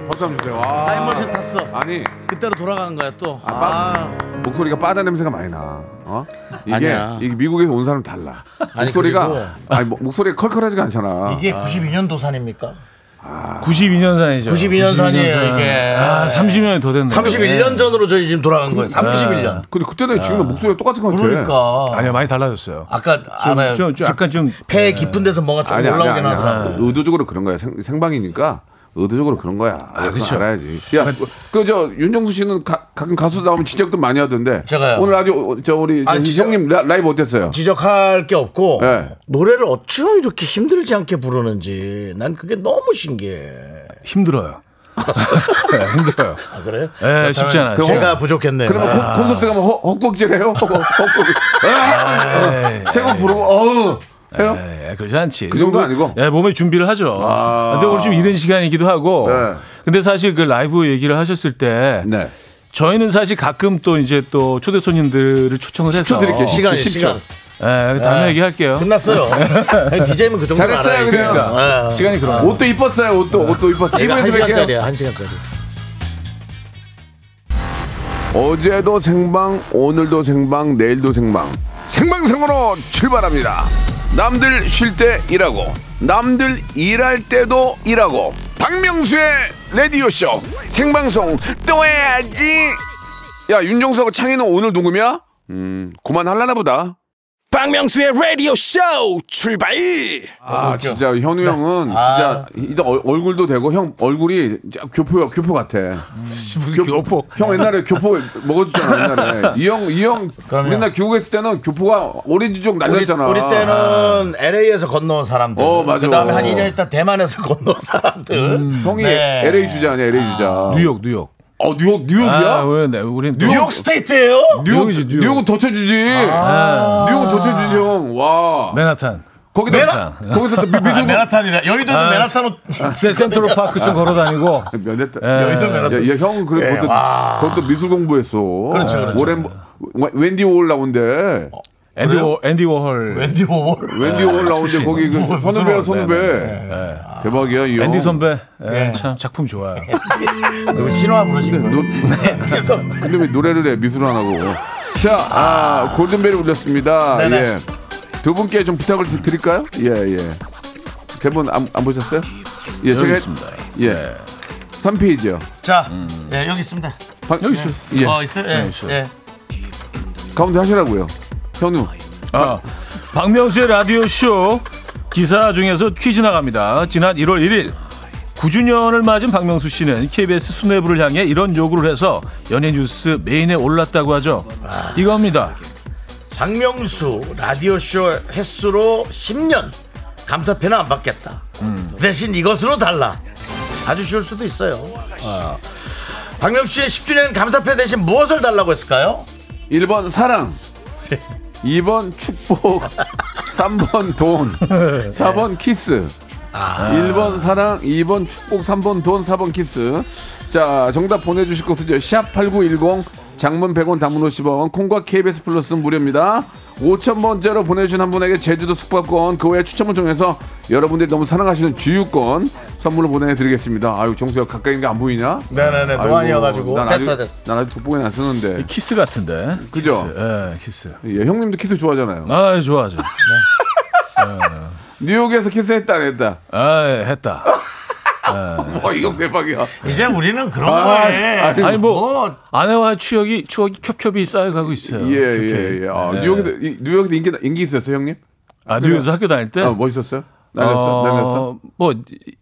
[SPEAKER 3] 박수 한번 주세요. 아.
[SPEAKER 8] 타임머신 탔어.
[SPEAKER 3] 아니
[SPEAKER 8] 그때로 돌아간 거야 또.
[SPEAKER 3] 아, 빠- 목소리가 빠다 냄새가 많이 나. 어? 이게
[SPEAKER 8] 아니야.
[SPEAKER 3] 이게 미국에서 온 사람 달라.
[SPEAKER 8] 아니,
[SPEAKER 3] 목소리가 아니 뭐- 목소리가 컬컬하지가 않잖아.
[SPEAKER 8] 이게 92년도 산입니까?
[SPEAKER 7] 92년산이죠.
[SPEAKER 8] 92년산이에요, 이게.
[SPEAKER 7] 아, 30년이 더 됐네요.
[SPEAKER 8] 31년 전으로 저희 지금 돌아간 거예요. 31년.
[SPEAKER 3] 근데 그때는 지금 목소리가 똑같은 것 같아.
[SPEAKER 8] 그러니까
[SPEAKER 7] 네. 아니요, 많이 달라졌어요.
[SPEAKER 8] 아까
[SPEAKER 7] 좀,
[SPEAKER 8] 알아요.
[SPEAKER 7] 좀, 좀 약간 좀
[SPEAKER 8] 폐 깊은 데서 뭐가 좀
[SPEAKER 3] 아니 아니
[SPEAKER 8] 올라오긴
[SPEAKER 3] 아니.
[SPEAKER 8] 하더라고.
[SPEAKER 3] 아니. 의도적으로 그런 거야. 생, 생방이니까 의도적으로 그런 거야. 아,
[SPEAKER 7] 그쵸.
[SPEAKER 3] 알아야지. 야, 그 저 윤정수 씨는 가, 가끔 가수 나오면 지적도 많이 하던데.
[SPEAKER 8] 제가요?
[SPEAKER 3] 오늘 아주 저 우리
[SPEAKER 8] 아,
[SPEAKER 3] 이
[SPEAKER 8] 지적-
[SPEAKER 3] 형님 라, 라이브 어땠어요?
[SPEAKER 8] 지적할 게 없고
[SPEAKER 3] 네.
[SPEAKER 8] 노래를 어쩜 이렇게 힘들지 않게 부르는지 난 그게 너무 신기해.
[SPEAKER 7] 힘들어요. 네, 힘들어요.
[SPEAKER 8] 아 그래요?
[SPEAKER 7] 네, 쉽지 않아요.
[SPEAKER 8] 제가 부족했네요.
[SPEAKER 3] 그러면
[SPEAKER 8] 아,
[SPEAKER 3] 콘- 콘서트 가면 뭐 헉- 헉벅지래요? <laughs>
[SPEAKER 8] 아, 예.
[SPEAKER 3] 헉벅지. 태국 부르고 어우 해요?
[SPEAKER 7] 예, 그렇지 않지.
[SPEAKER 3] 그 정도 아니고?
[SPEAKER 7] 예, 몸에 준비를 하죠.
[SPEAKER 3] 아.
[SPEAKER 7] 근데 오늘 좀 이른 시간이기도 하고.
[SPEAKER 3] 네.
[SPEAKER 7] 근데 사실 그 라이브 얘기를 하셨을 때
[SPEAKER 3] 네.
[SPEAKER 7] 저희는 사실 가끔 또 이제 또 초대 손님들을 초청을 해서
[SPEAKER 3] 10초 드릴게요.
[SPEAKER 8] 시간이
[SPEAKER 3] 어, 10초.
[SPEAKER 8] 시간
[SPEAKER 7] 예, 다음에 얘기할게요.
[SPEAKER 8] 어.
[SPEAKER 3] <laughs>
[SPEAKER 8] 끝났어요. DJ면 그 정도
[SPEAKER 3] 잘했어요,
[SPEAKER 8] 알아야지.
[SPEAKER 3] 네. 그냥.
[SPEAKER 8] 아,
[SPEAKER 7] 시간이 그런 거.
[SPEAKER 3] 옷도 이뻤어요. 옷도 옷도 이뻤어요.
[SPEAKER 8] 얘가 한
[SPEAKER 3] 이분에서 뵐게요.
[SPEAKER 8] 시간짜리야, 한 시간짜리.
[SPEAKER 3] 어제도 생방, 오늘도 생방, 내일도 생방. 생방송으로 출발합니다. 남들 쉴 때 일하고, 남들 일할 때도 일하고. 박명수의 라디오쇼 생방송 또 해야지. 야, 윤종석 창희는 오늘 녹음이야? 음, 그만하려나 보다.
[SPEAKER 1] 박명수의 라디오 쇼 출발!
[SPEAKER 3] 아, 진짜
[SPEAKER 8] 네.
[SPEAKER 3] 현우 형은
[SPEAKER 8] 아.
[SPEAKER 3] 진짜 일단 얼- 얼굴도 되고 형 얼굴이 진짜 교포 교포 같아.
[SPEAKER 8] 음.
[SPEAKER 7] 무슨 교포.
[SPEAKER 3] 형 옛날에 교포 먹어줬잖아 옛날에
[SPEAKER 8] <laughs>
[SPEAKER 3] 이 형 이 형
[SPEAKER 8] 그럼요.
[SPEAKER 3] 우리나라 교육에 있을 때는 교포가 오렌지족
[SPEAKER 8] 우리,
[SPEAKER 3] 날렸잖아
[SPEAKER 8] 우리 때는 LA에서 건너온 사람들.
[SPEAKER 3] 어, 맞아. 음.
[SPEAKER 8] 그다음에 한 2년 있다 대만에서 <laughs> 건너온 사람들.
[SPEAKER 3] 형이
[SPEAKER 8] 네.
[SPEAKER 3] LA 주자 아니야 LA 주자
[SPEAKER 7] 뉴욕, 뉴욕.
[SPEAKER 3] 어 뉴욕 뉴욕이야
[SPEAKER 7] 아, 왜, 네, 우린 또-
[SPEAKER 8] 뉴욕 스테이트예요?
[SPEAKER 3] 뉴욕
[SPEAKER 7] 뉴욕이지, 뉴욕.
[SPEAKER 3] 뉴욕은 더 쳐주지
[SPEAKER 8] 아.
[SPEAKER 3] 뉴욕은 더 쳐주지 형와
[SPEAKER 8] 네.
[SPEAKER 7] 맨하탄.
[SPEAKER 3] 거기다
[SPEAKER 7] 맨하-
[SPEAKER 3] 거기서 또 미-
[SPEAKER 8] 아,
[SPEAKER 3] 미술관
[SPEAKER 8] 맨하탄이라. 여의도도
[SPEAKER 7] 아,
[SPEAKER 8] 맨하탄
[SPEAKER 7] 세- <laughs> 센트럴 파크 좀 걸어 다니고.
[SPEAKER 3] 면했다
[SPEAKER 8] 예. 여의도
[SPEAKER 3] 야,
[SPEAKER 8] 맨하탄.
[SPEAKER 3] 야, 형은 그래 그것도, 그것도 미술 공부했어
[SPEAKER 8] 그렇죠, 그렇죠.
[SPEAKER 3] 오랜 웬디 올 나온데
[SPEAKER 7] 앤디, 워, 앤디 워홀.
[SPEAKER 8] <laughs> 웬디 오월.
[SPEAKER 3] 웬디 올 나온데
[SPEAKER 7] 출신.
[SPEAKER 3] 거기 그
[SPEAKER 8] 무슨
[SPEAKER 3] 선후배야 네,
[SPEAKER 8] 올,
[SPEAKER 3] 선후배 대박이야 이 형.
[SPEAKER 7] 앤디 선배. 예,
[SPEAKER 8] 네.
[SPEAKER 7] 참 작품 좋아요.
[SPEAKER 3] 예.
[SPEAKER 8] 그리고 신화 부르신 분.
[SPEAKER 3] 노,
[SPEAKER 8] 네, 그래서
[SPEAKER 3] 근데 왜 노래를 해 미술 안 하고 자 아, 골든벨이 울렸습니다
[SPEAKER 8] 네네.
[SPEAKER 3] 예. 두 분께 좀 부탁을 드- 드릴까요 예예 대본 안, 안 보셨어요 예 제가
[SPEAKER 7] 있습니다.
[SPEAKER 3] 예 3페이지요
[SPEAKER 8] 자, 예, 여기 있습니다.
[SPEAKER 3] 여기 있어요 예
[SPEAKER 8] 어, 있어요? 예. 예.
[SPEAKER 3] 가운데 하시라고요 현우
[SPEAKER 7] 아, 박명수의 라디오 쇼 기사 중에서 퀴즈 나갑니다. 지난 1월 1일 9주년을 맞은 박명수 씨는 KBS 수뇌부를 향해 이런 요구를 해서 연예 뉴스 메인에 올랐다고 하죠. 이겁니다.
[SPEAKER 8] 박명수 라디오쇼 횟수로 10년 감사패는 안 받겠다. 대신 이것으로 달라. 아주 쉬울 수도 있어요. 어. 박명수 씨의 10주년 감사패 대신 무엇을 달라고 했을까요?
[SPEAKER 3] 1번 사랑 2번 축복 3번 돈 4번 키스 1번 사랑 2번 축복 3번 돈 4번 키스 자 정답 보내주실 곳은요 샵8910 장문 100원 단문 50원 콩과 KBS 플러스 무료입니다 5천번째로 보내주신 한 분에게 제주도 숙박권 그 외에 추첨을 통해서 여러분들이 너무 사랑하시는 주유권 선물로 보내드리겠습니다 아유 정수야 가까이 있는 게 안 보이냐?
[SPEAKER 8] 네네네
[SPEAKER 3] 아이고,
[SPEAKER 8] 노안이어가지고
[SPEAKER 3] 난
[SPEAKER 8] 됐어
[SPEAKER 3] 아직,
[SPEAKER 8] 됐어
[SPEAKER 3] 난 아직 돋보기는 안 쓰는데
[SPEAKER 7] 키스 같은데.
[SPEAKER 3] 그죠?
[SPEAKER 7] 키스. 예, 키스.
[SPEAKER 3] 예, 형님도 키스 좋아하잖아요
[SPEAKER 7] 아, 좋아하죠.
[SPEAKER 3] 뉴욕에서 키스했다 안 했다
[SPEAKER 7] 아, 했다.
[SPEAKER 3] 어 이거 대박이야
[SPEAKER 8] 이제 우리는 그런
[SPEAKER 3] 아,
[SPEAKER 8] 거에
[SPEAKER 3] 아니,
[SPEAKER 7] 아니 뭐
[SPEAKER 8] 뭐.
[SPEAKER 7] 아내와 추억이 추억이 겹겹이 쌓여가고 있어요.
[SPEAKER 3] 예예예
[SPEAKER 7] 이렇게.
[SPEAKER 3] 아,
[SPEAKER 7] 네.
[SPEAKER 3] 뉴욕에서 이- 뉴욕에서 인기 인기 있었어요 형님?
[SPEAKER 7] 아 뉴욕에서 학교 다닐 때.
[SPEAKER 3] 아 멋있었어요? 날렸어
[SPEAKER 7] 어,
[SPEAKER 3] 날렸어?
[SPEAKER 7] 뭐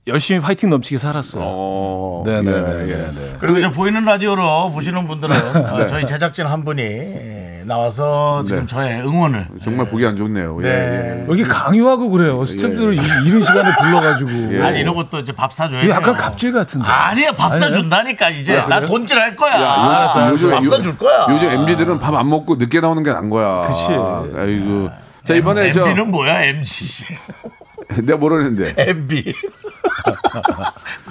[SPEAKER 7] 열심히 파이팅 넘치게 살았어요.
[SPEAKER 3] 어,
[SPEAKER 7] 네네네.
[SPEAKER 3] 예, 예.
[SPEAKER 8] 그리고 이제 보이는 라디오로
[SPEAKER 3] <laughs>
[SPEAKER 8] 보시는
[SPEAKER 3] 네.
[SPEAKER 8] 분들은 어, 저희 제작진 한 분이 예, 나와서 지금
[SPEAKER 3] 네.
[SPEAKER 8] 저의 응원을
[SPEAKER 3] 정말 보기 안 좋네요. 예,
[SPEAKER 8] 네.
[SPEAKER 3] 예.
[SPEAKER 7] 왜 이렇게 강요하고 그래요? 스태프들을 이- 이른 시간에 <laughs> 불러가지고.
[SPEAKER 3] 예.
[SPEAKER 8] 아니 이러고 또 이제 밥 사줘야
[SPEAKER 7] 이거
[SPEAKER 8] 돼요.
[SPEAKER 7] 약간 갑질 같은데.
[SPEAKER 8] 아니야 밥 사준다니까 이제 나 돈질 할 거야.
[SPEAKER 3] 네,
[SPEAKER 8] 아,
[SPEAKER 3] 야, 요즘
[SPEAKER 8] 밥
[SPEAKER 3] 요즘
[SPEAKER 8] 사줄 거야.
[SPEAKER 3] 요즘 MB들은 밥 안 먹고 늦게 나오는 게 난 거야.
[SPEAKER 7] 그치. 네.
[SPEAKER 3] 아이고. 자 이번에 저
[SPEAKER 8] MB는 뭐야 <laughs> MG
[SPEAKER 3] 내가 모르는데. <laughs>
[SPEAKER 8] MB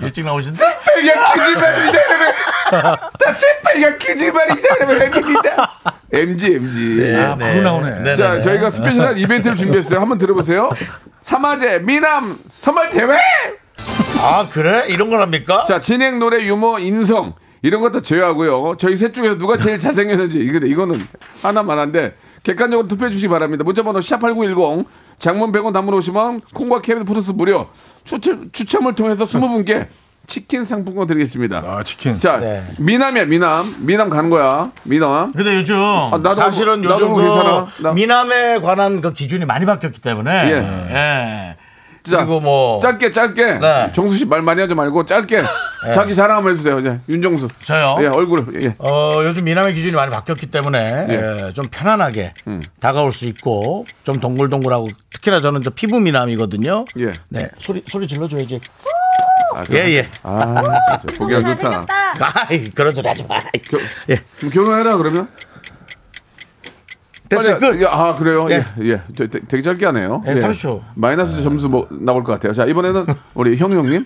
[SPEAKER 8] 일찍 나오신데
[SPEAKER 3] 빨간 기지발이다. 다시 빨간 기지발이다. 예. MG MG.
[SPEAKER 7] 아, 바로 나오네.
[SPEAKER 8] 네,
[SPEAKER 3] 자
[SPEAKER 8] 네, 네.
[SPEAKER 3] 저희가 스페셜한 이벤트를 준비했어요. 한번 들어보세요. 사마제 미남 선발 대회.
[SPEAKER 8] 아 그래 이런 걸 합니까?
[SPEAKER 3] 자 진행 노래 유머 인성 이런 것도 제외하고요. 저희 셋 중에서 누가 제일 잘생겼는지 이거 이거는 하나만 한데 객관적으로 투표해 주시기 바랍니다. 문자번호 샵8910 장문 100원 단문 50원 콩과 케이블 플러스 무료 추첨, 추첨을 통해서 20분께 치킨 상품권 드리겠습니다.
[SPEAKER 7] 아, 치킨.
[SPEAKER 3] 자
[SPEAKER 8] 네.
[SPEAKER 3] 미남이야 미남 미남 가는 거야 미남
[SPEAKER 8] 근데 요즘
[SPEAKER 3] 아, 나도
[SPEAKER 8] 사실은
[SPEAKER 3] 나도
[SPEAKER 8] 요즘
[SPEAKER 3] 괜찮아.
[SPEAKER 8] 그
[SPEAKER 3] 나-
[SPEAKER 8] 미남에 관한 그 기준이 많이 바뀌었기 때문에
[SPEAKER 3] 예.
[SPEAKER 8] 예.
[SPEAKER 3] 자,
[SPEAKER 8] 그리고 뭐
[SPEAKER 3] 짧게 짧게
[SPEAKER 8] 네.
[SPEAKER 3] 정수 씨 말 많이 하지 말고 짧게 자기 자랑 한번 해주세요 이제 윤정수
[SPEAKER 8] 저요?
[SPEAKER 3] 예 얼굴 예.
[SPEAKER 8] 어, 요즘 미남의 기준이 많이 바뀌었기 때문에 예, 좀 편안하게
[SPEAKER 3] 음.
[SPEAKER 8] 다가올 수 있고 좀 동글동글하고 특히나 저는 저 피부 미남이거든요.
[SPEAKER 3] 예.
[SPEAKER 8] 네 소리 소리 질러줘야지. 예예.
[SPEAKER 3] 아 진짜 보기 안 좋다
[SPEAKER 8] 아이 그런 소리 하지 마.
[SPEAKER 3] 겨,
[SPEAKER 8] 예.
[SPEAKER 3] 그럼 결혼해라 그러면
[SPEAKER 8] 됐어요.
[SPEAKER 3] 빨리-
[SPEAKER 8] 끝.
[SPEAKER 3] 예, 아 그래요
[SPEAKER 8] 예.
[SPEAKER 3] 예예 저, 되- 되게 짧게 하네요
[SPEAKER 8] 예, 30 초.
[SPEAKER 3] 마이너스 점수 뭐 나올 것 같아요 자 이번에는 우리 현우
[SPEAKER 8] <laughs>
[SPEAKER 3] 형님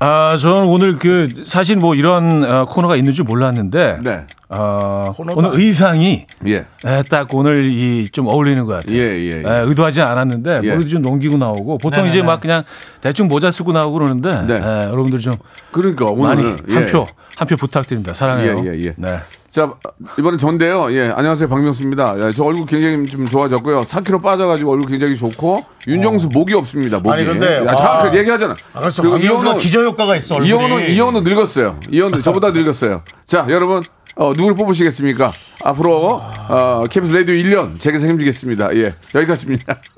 [SPEAKER 7] 아, 저는 오늘 그 사실 뭐 이런 어, 코너가 있는 줄 몰랐는데.
[SPEAKER 3] 네
[SPEAKER 7] 어,
[SPEAKER 8] 코너가
[SPEAKER 7] 오늘 의상이
[SPEAKER 3] 예.
[SPEAKER 7] 예, 딱 오늘 이 좀 어울리는 것 같아요.
[SPEAKER 3] 예, 예, 예.
[SPEAKER 8] 네.
[SPEAKER 7] 의도하지 않았는데
[SPEAKER 3] 예.
[SPEAKER 7] 머리도 좀 넘기고 나오고 보통 이제 막 그냥 대충 모자 쓰고 나오고 그러는데
[SPEAKER 3] 네.
[SPEAKER 7] 예, 여러분들 좀
[SPEAKER 3] 그러니까
[SPEAKER 7] 많이
[SPEAKER 3] 오늘
[SPEAKER 7] 한 표 한 표 부탁드립니다. 사랑해요.
[SPEAKER 3] 예, 예, 예.
[SPEAKER 7] 네.
[SPEAKER 3] 자 이번엔 전데요. 예 안녕하세요 박명수입니다. 예, 저 얼굴 굉장히 좀 좋아졌고요. 4kg 빠져가지고 얼굴 굉장히 좋고 윤정수 목이 없습니다. 목이.
[SPEAKER 8] 어. 아니, 근데,
[SPEAKER 3] 야, 정확하게
[SPEAKER 8] 아.
[SPEAKER 3] 얘기하잖아.
[SPEAKER 8] 아, 그래서 박명수가 기저 효과가 있어. 얼굴이.
[SPEAKER 3] 이현우 이현우 늙었어요. 이현우 저보다 늙었어요. 자 여러분 어, 누구를 뽑으시겠습니까? 앞으로 어, KBS 라디오 1년 제가 책임지겠습니다. 예 여기까지입니다. <laughs>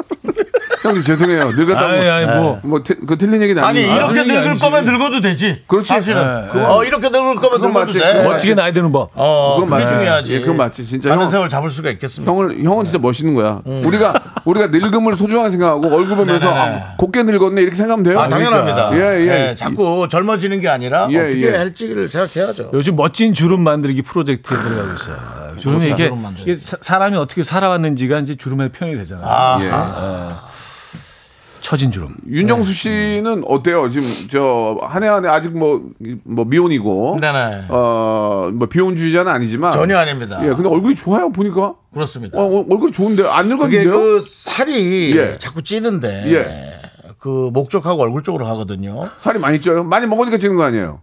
[SPEAKER 3] 형님 죄송해요 늙었다고 네.
[SPEAKER 7] 아니, 아니, 뭐.
[SPEAKER 3] 뭐그 틀린 얘기는
[SPEAKER 8] 아니
[SPEAKER 3] 아니에요.
[SPEAKER 8] 이렇게
[SPEAKER 7] 아니,
[SPEAKER 8] 늙을
[SPEAKER 7] 아니지.
[SPEAKER 8] 거면 늙어도 되지.
[SPEAKER 3] 그렇지.
[SPEAKER 8] 사실은
[SPEAKER 3] 예,
[SPEAKER 8] 어 이렇게 늙을 거면
[SPEAKER 3] 그건
[SPEAKER 8] 늙어도
[SPEAKER 3] 맞지.
[SPEAKER 8] 돼.
[SPEAKER 3] 그건 맞지.
[SPEAKER 7] 멋지게 나이 드는 법.
[SPEAKER 8] 어
[SPEAKER 3] 그건
[SPEAKER 8] 그게
[SPEAKER 3] 맞-
[SPEAKER 8] 중요하지.
[SPEAKER 3] 예, 그건 맞지. 진짜
[SPEAKER 8] 다른
[SPEAKER 3] 형-
[SPEAKER 8] 세월 잡을 수가 있겠습니까?
[SPEAKER 3] 형을 형은
[SPEAKER 8] 네.
[SPEAKER 3] 진짜 멋있는 거야. 우리가 우리가 늙음을 소중하게 생각하고 얼굴 보면서
[SPEAKER 8] 음. 네네네.
[SPEAKER 3] 아, 곱게 늙었네 이렇게 생각하면 돼요.
[SPEAKER 8] 아 당연합니다.
[SPEAKER 3] 예, 예.
[SPEAKER 8] 예, 자꾸 젊어지는 게 아니라
[SPEAKER 3] 예,
[SPEAKER 8] 어떻게
[SPEAKER 3] 예.
[SPEAKER 8] 할지를 생각해야죠.
[SPEAKER 7] 어. 요즘 멋진 주름 만들기 프로젝트에 들어가고 있어요. 주름이 이게,
[SPEAKER 8] 주름 만들기.
[SPEAKER 7] 이게 사- 사람이 어떻게 살아왔는지가 이제 주름의 표현이 되잖아요.
[SPEAKER 8] 아,
[SPEAKER 3] 예.
[SPEAKER 7] 처진 주름.
[SPEAKER 8] 네.
[SPEAKER 3] 윤정수 씨는 어때요? 지금 저 한 해 한 해 아직 뭐 뭐 미혼이고
[SPEAKER 8] 네네.
[SPEAKER 3] 어뭐 비혼주의자는 아니지만
[SPEAKER 8] 전혀 아닙니다.
[SPEAKER 3] 예, 근데 얼굴이 좋아요 보니까
[SPEAKER 8] 그렇습니다.
[SPEAKER 3] 어, 어, 얼굴이 좋은데 안
[SPEAKER 8] 그게
[SPEAKER 3] 늙었는데요?
[SPEAKER 8] 그 살이
[SPEAKER 3] 예.
[SPEAKER 8] 자꾸 찌는데
[SPEAKER 3] 예.
[SPEAKER 8] 그 목적하고 얼굴 쪽으로 가거든요.
[SPEAKER 3] 살이 많이 쪄요? 많이 먹으니까 찌는 거 아니에요?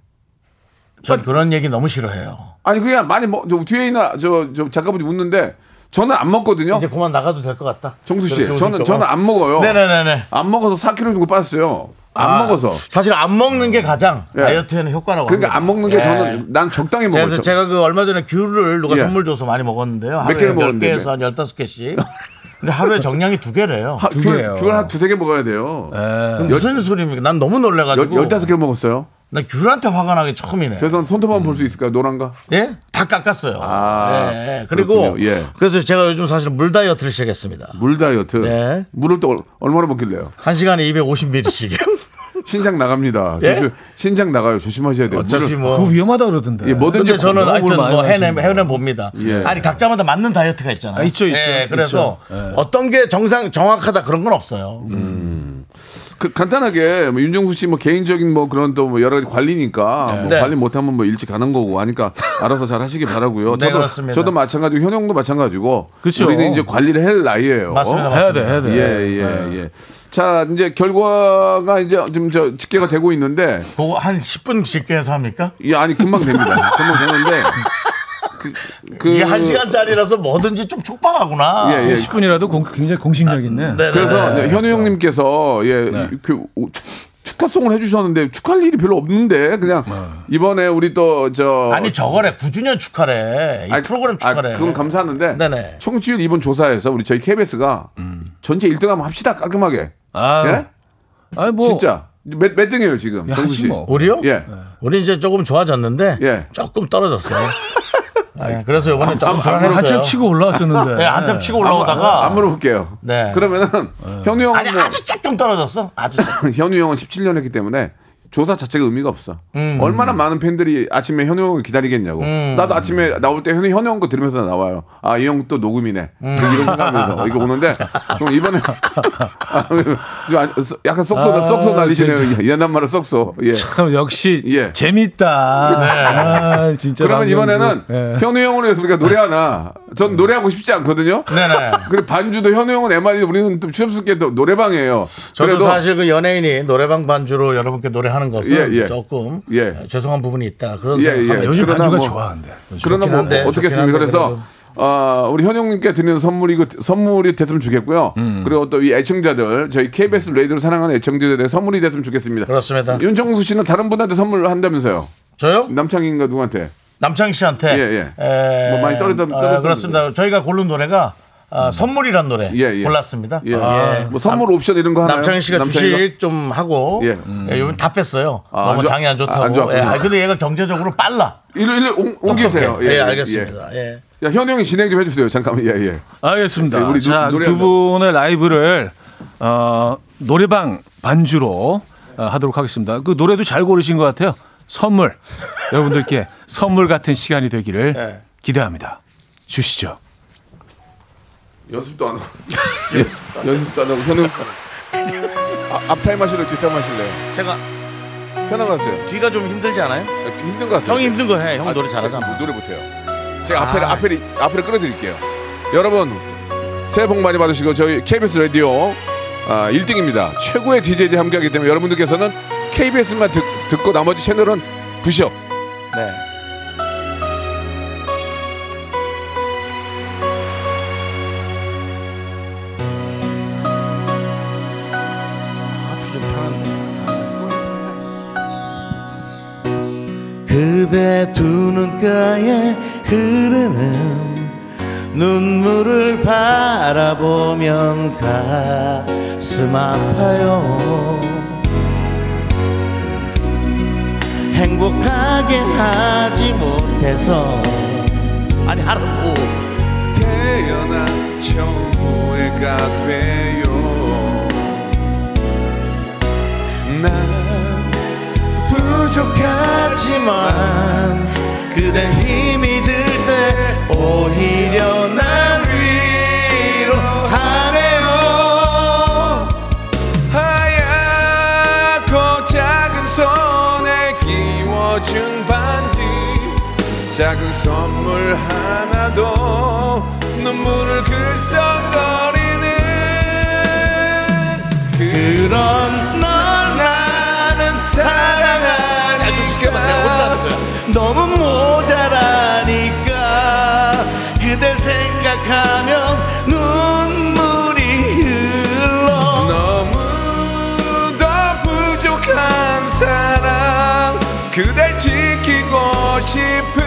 [SPEAKER 3] 아.
[SPEAKER 8] 전 그런 얘기 너무 싫어해요.
[SPEAKER 3] 아니 그냥 많이 먹. 저 뒤에 있는 아, 저저 작가분이 웃는데 저는 안 먹거든요.
[SPEAKER 8] 이제 그만 나가도 될 것 같다.
[SPEAKER 3] 어. 정수 씨,
[SPEAKER 8] 그렇게
[SPEAKER 3] 저는
[SPEAKER 8] 웃을까봐.
[SPEAKER 3] 저는 안 먹어요.
[SPEAKER 8] 네네네네.
[SPEAKER 3] 안 먹어서 4kg 정도 빠졌어요. 안
[SPEAKER 8] 아,
[SPEAKER 3] 먹어서.
[SPEAKER 8] 사실 안 먹는 게 가장
[SPEAKER 3] 예.
[SPEAKER 8] 다이어트에는 효과라고.
[SPEAKER 3] 그러니까
[SPEAKER 8] 합니다.
[SPEAKER 3] 안 먹는 게
[SPEAKER 8] 예.
[SPEAKER 3] 저는 난 적당히
[SPEAKER 8] 그래서
[SPEAKER 3] 먹었죠.
[SPEAKER 8] 제가 그 얼마 전에 귤을 누가
[SPEAKER 3] 예.
[SPEAKER 8] 선물 줘서 많이 먹었는데요.
[SPEAKER 3] 몇 개를
[SPEAKER 8] 하루에 몇
[SPEAKER 3] 먹었는데?
[SPEAKER 8] 개에서 한
[SPEAKER 3] <laughs>
[SPEAKER 8] 열다섯 개씩. 근데 하루에 정량이 두 개래요.
[SPEAKER 3] 하-
[SPEAKER 7] 두
[SPEAKER 3] 귤-
[SPEAKER 7] 개예요.
[SPEAKER 3] 귤 한 두세 개 먹어야 돼요.
[SPEAKER 7] 예.
[SPEAKER 8] 무슨 소리입니까? 난 너무
[SPEAKER 3] 열,
[SPEAKER 8] 놀래가지고.
[SPEAKER 3] 열다섯 개를 먹었어요.
[SPEAKER 8] 나 귤한테 화가 나기 처음이네.
[SPEAKER 3] 그래서 손톱만 볼 수 있을까요? 노란가?
[SPEAKER 8] 예? 다 깎았어요.
[SPEAKER 3] 아,
[SPEAKER 8] 예, 예. 그리고
[SPEAKER 3] 그렇군요. 예.
[SPEAKER 8] 그래서 제가 요즘 사실 물 다이어트를 시작했습니다.
[SPEAKER 3] 물 다이어트.
[SPEAKER 8] 네.
[SPEAKER 3] 물을 또 얼- 얼마나 먹길래요?
[SPEAKER 8] 한 시간에 250ml씩.
[SPEAKER 3] 신장 나갑니다.
[SPEAKER 8] 예?
[SPEAKER 3] 조심, 신장 나가요. 조심하셔야 돼요.
[SPEAKER 8] 어차피
[SPEAKER 3] 물을-
[SPEAKER 7] 그거
[SPEAKER 8] 뭐.
[SPEAKER 7] 위험하다 그러던데.
[SPEAKER 3] 예, 뭐든지
[SPEAKER 8] 근데 저는
[SPEAKER 7] 너무
[SPEAKER 8] 하여튼
[SPEAKER 7] 물 많이
[SPEAKER 8] 뭐 해내,
[SPEAKER 7] 마시는데.
[SPEAKER 8] 해내 봅니다.
[SPEAKER 3] 예.
[SPEAKER 8] 아니, 각자마다 맞는 다이어트가 있잖아요.
[SPEAKER 7] 아, 있죠, 있죠.
[SPEAKER 8] 예, 그래서
[SPEAKER 7] 있죠. 예.
[SPEAKER 8] 어떤 게 정상, 정확하다 그런 건 없어요.
[SPEAKER 3] 그 간단하게 뭐 윤정수 씨 뭐 개인적인 뭐 그런 또 뭐 여러 가지 관리니까 뭐
[SPEAKER 8] 네.
[SPEAKER 3] 관리 못하면 뭐 일찍 가는 거고 하니까 알아서 잘 하시기 바라고요.
[SPEAKER 8] <laughs> 네,
[SPEAKER 3] 저도
[SPEAKER 8] 그렇습니다.
[SPEAKER 3] 저도 마찬가지고 현용도 마찬가지고
[SPEAKER 7] 그쵸.
[SPEAKER 3] 우리는 이제 관리를 할 나이예요.
[SPEAKER 8] 맞습니다.
[SPEAKER 7] 해야 돼, 해야 돼.
[SPEAKER 3] 예예 예,
[SPEAKER 8] 네.
[SPEAKER 3] 예. 자 이제 결과가 이제 지금 저 집계가 되고 있는데
[SPEAKER 8] 그거 뭐 한 10분 집계해서 합니까?
[SPEAKER 3] 이 아니 금방 됩니다. 금방 되는데 그, 그
[SPEAKER 8] 이게 한 시간짜리라서 뭐든지 좀 촉박하구나.
[SPEAKER 3] 예, 예.
[SPEAKER 7] 10분이라도 굉장히 공식적인데.
[SPEAKER 8] 네, 네,
[SPEAKER 3] 그래서
[SPEAKER 8] 네.
[SPEAKER 3] 이제 현우 형님께서 예 그, 오, 축- 축하송을 해주셨는데 축할 일이 별로 없는데 그냥 이번에 우리 또저
[SPEAKER 8] 네. 아니 저거래 9주년 축하래. 이 프로그램 축하래.
[SPEAKER 3] 아, 그건 감사하는데
[SPEAKER 8] 네네. 음.
[SPEAKER 3] 청취율 이번 조사에서 우리 저희 KBS가 전체 1등 한번 합시다 깔끔하게
[SPEAKER 7] 아,
[SPEAKER 3] 예
[SPEAKER 7] 아니 뭐
[SPEAKER 3] 진짜 몇, 몇 등이에요 지금
[SPEAKER 7] 야,
[SPEAKER 3] 정수 씨
[SPEAKER 7] 하지 뭐.
[SPEAKER 8] 우리요?
[SPEAKER 3] 예.
[SPEAKER 8] 우리 이제 조금 좋아졌는데
[SPEAKER 3] 예. <laughs>
[SPEAKER 8] 조금 떨어졌어요. 아, 그래서 이번에 조금
[SPEAKER 7] 아니,
[SPEAKER 8] 떨어졌어요.
[SPEAKER 7] 한참 치고 올라왔었는데.
[SPEAKER 8] 네,
[SPEAKER 3] 아,
[SPEAKER 8] 한참 치고
[SPEAKER 3] 한번-
[SPEAKER 8] 올라오다가
[SPEAKER 3] 아, 안 물어볼게요
[SPEAKER 8] 네.
[SPEAKER 3] 그러면은 현우 형은
[SPEAKER 8] 아니
[SPEAKER 3] 뭐-
[SPEAKER 8] 아주 조금 떨어졌어. 아주
[SPEAKER 3] <laughs>
[SPEAKER 8] 조금.
[SPEAKER 3] 현우 형은 17년 했기 때문에 조사 자체가 의미가 없어.
[SPEAKER 8] 음.
[SPEAKER 3] 얼마나 많은 팬들이 아침에 현우 형을 기다리겠냐고. 나도 아침에 나올 때 현우, 현우 형 거 들으면서 나와요. 아, 이 형 또 녹음이네. 뭐 이런 생각하면서 이거 오는데 그럼 이번에 <laughs> 아, 좀 안- 약간 쏙쏙
[SPEAKER 7] 아,
[SPEAKER 3] 쏙쏙 날리시네요. 옛날 말로 쏙쏙. 예.
[SPEAKER 7] 참 역시
[SPEAKER 3] 예.
[SPEAKER 7] 재밌다. 아, 진짜.
[SPEAKER 3] 그러면
[SPEAKER 7] 박명수.
[SPEAKER 3] 이번에는
[SPEAKER 7] 예.
[SPEAKER 3] 현우 형으로 해서 우리가 노래 하나. 전 노래하고 싶지 않거든요.
[SPEAKER 8] 네네.
[SPEAKER 3] 그리고 반주도 현우 형은 MR이 우리는 좀 추접스럽게 또 노래방이에요.
[SPEAKER 8] 저도 사실 그 연예인이 노래방 반주로 여러분께 노래하는 것은
[SPEAKER 3] 예, 예.
[SPEAKER 8] 조금 아,
[SPEAKER 3] 예.
[SPEAKER 8] 죄송한 부분이 있다. 그런
[SPEAKER 3] 예,
[SPEAKER 8] 생각합니다.
[SPEAKER 3] 예.
[SPEAKER 7] 요즘
[SPEAKER 3] 그러나
[SPEAKER 7] 반주가
[SPEAKER 3] 뭐-
[SPEAKER 7] 좋아한데.
[SPEAKER 3] 그러나
[SPEAKER 8] 좋긴
[SPEAKER 3] 뭐
[SPEAKER 8] 한데, 좋긴
[SPEAKER 3] 어떻겠습니까?
[SPEAKER 8] 한데
[SPEAKER 3] 그래서
[SPEAKER 8] 그래도.
[SPEAKER 3] 아, 우리 현영님께 드리는 선물이 그 선물이 됐으면 좋겠고요.
[SPEAKER 8] 음.
[SPEAKER 3] 그리고 또 이 애청자들 저희 KBS 레이드를 사랑하는 애청자들의 선물이 됐으면 좋겠습니다.
[SPEAKER 8] 그렇습니다.
[SPEAKER 3] 윤정수 씨는 다른 분한테 선물을 한다면서요?
[SPEAKER 8] 저요?
[SPEAKER 3] 남창인가 누구한테?
[SPEAKER 8] 남창희
[SPEAKER 3] 네.
[SPEAKER 8] 씨한테
[SPEAKER 3] 예, 예.
[SPEAKER 8] 에,
[SPEAKER 3] 뭐 많이 떨어졌-
[SPEAKER 8] 아,
[SPEAKER 3] 떨어졌-
[SPEAKER 8] 그렇습니다. 저희가 고른 노래가 아, 선물이란 노래
[SPEAKER 3] 음. 예, 예.
[SPEAKER 8] 골랐습니다.
[SPEAKER 3] 예.
[SPEAKER 8] 아,
[SPEAKER 3] 뭐 선물 옵션 이런 거 하나요?
[SPEAKER 8] 남창희 씨가
[SPEAKER 3] 남창희가?
[SPEAKER 8] 주식 좀 하고
[SPEAKER 3] 예.
[SPEAKER 8] 예. 요즘 다 뺐어요.
[SPEAKER 3] 아, 안
[SPEAKER 8] 너무
[SPEAKER 3] 좋아-
[SPEAKER 8] 장이 안 좋다고.
[SPEAKER 3] 아, 안 좋았구나.
[SPEAKER 8] 예. 아, 근데 얘가 경제적으로 빨라.
[SPEAKER 3] 일로 일로 옮- 옮기세요.
[SPEAKER 8] 예, 알겠습니다. 예.
[SPEAKER 3] 예. 야, 현영이 진행 좀 해주세요. 잠깐만. 예, 예.
[SPEAKER 7] 알겠습니다.
[SPEAKER 3] 네, 우리 누-
[SPEAKER 7] 자,
[SPEAKER 3] 노래
[SPEAKER 7] 두
[SPEAKER 3] 한번.
[SPEAKER 7] 분의 라이브를 어, 노래방 반주로 어, 하도록 하겠습니다. 그 노래도 잘 고르신 것 같아요. 선물 여러분들께 선물 같은 시간이 되기를
[SPEAKER 8] 네.
[SPEAKER 7] 기대합니다. 주시죠.
[SPEAKER 3] 연습도 안 하고. <laughs> 예, 연습도 안 하고 <laughs> 현영. 아, 앞타임 하실래요? 뒷타임 하실래요?
[SPEAKER 8] 제가
[SPEAKER 3] 편안하세요.
[SPEAKER 8] 뒤가 좀 힘들지 않아요?
[SPEAKER 3] 힘든 거 하세요.
[SPEAKER 8] 형이 힘든 거 해. 형 노래
[SPEAKER 3] 그렇죠. 제가
[SPEAKER 8] 잘하잖아. 아.
[SPEAKER 3] 노래 못해요. 제가 앞에 앞에 앞에 끌어드릴게요. 여러분 새해 복 많이 받으시고 저희 KBS 라디오 아, 1등입니다. 최고의 DJ들이 함께하기 때문에 여러분들께서는 KBS만 듣, 듣고 나머지 채널은 부셔.
[SPEAKER 8] 네.
[SPEAKER 10] 그대 두 눈가에 흐르는 눈물을 바라보면 가슴 아파요 행복하게 하지 못해서 아니 하라고
[SPEAKER 3] 태어난 처음 후회가 돼요.
[SPEAKER 10] 부족하지만 그댄 힘이 들 때 오히려 날 위로하네요
[SPEAKER 3] 하얗고 작은 손에 끼워준 반지 작은 선물 하나도 눈물을 글썽거리는
[SPEAKER 10] 그런 널 나는 사랑하니까 너무 모자라니까 그대 생각하면 눈물이 흘러
[SPEAKER 3] 너무도 부족한 사랑 그댈 지키고 싶은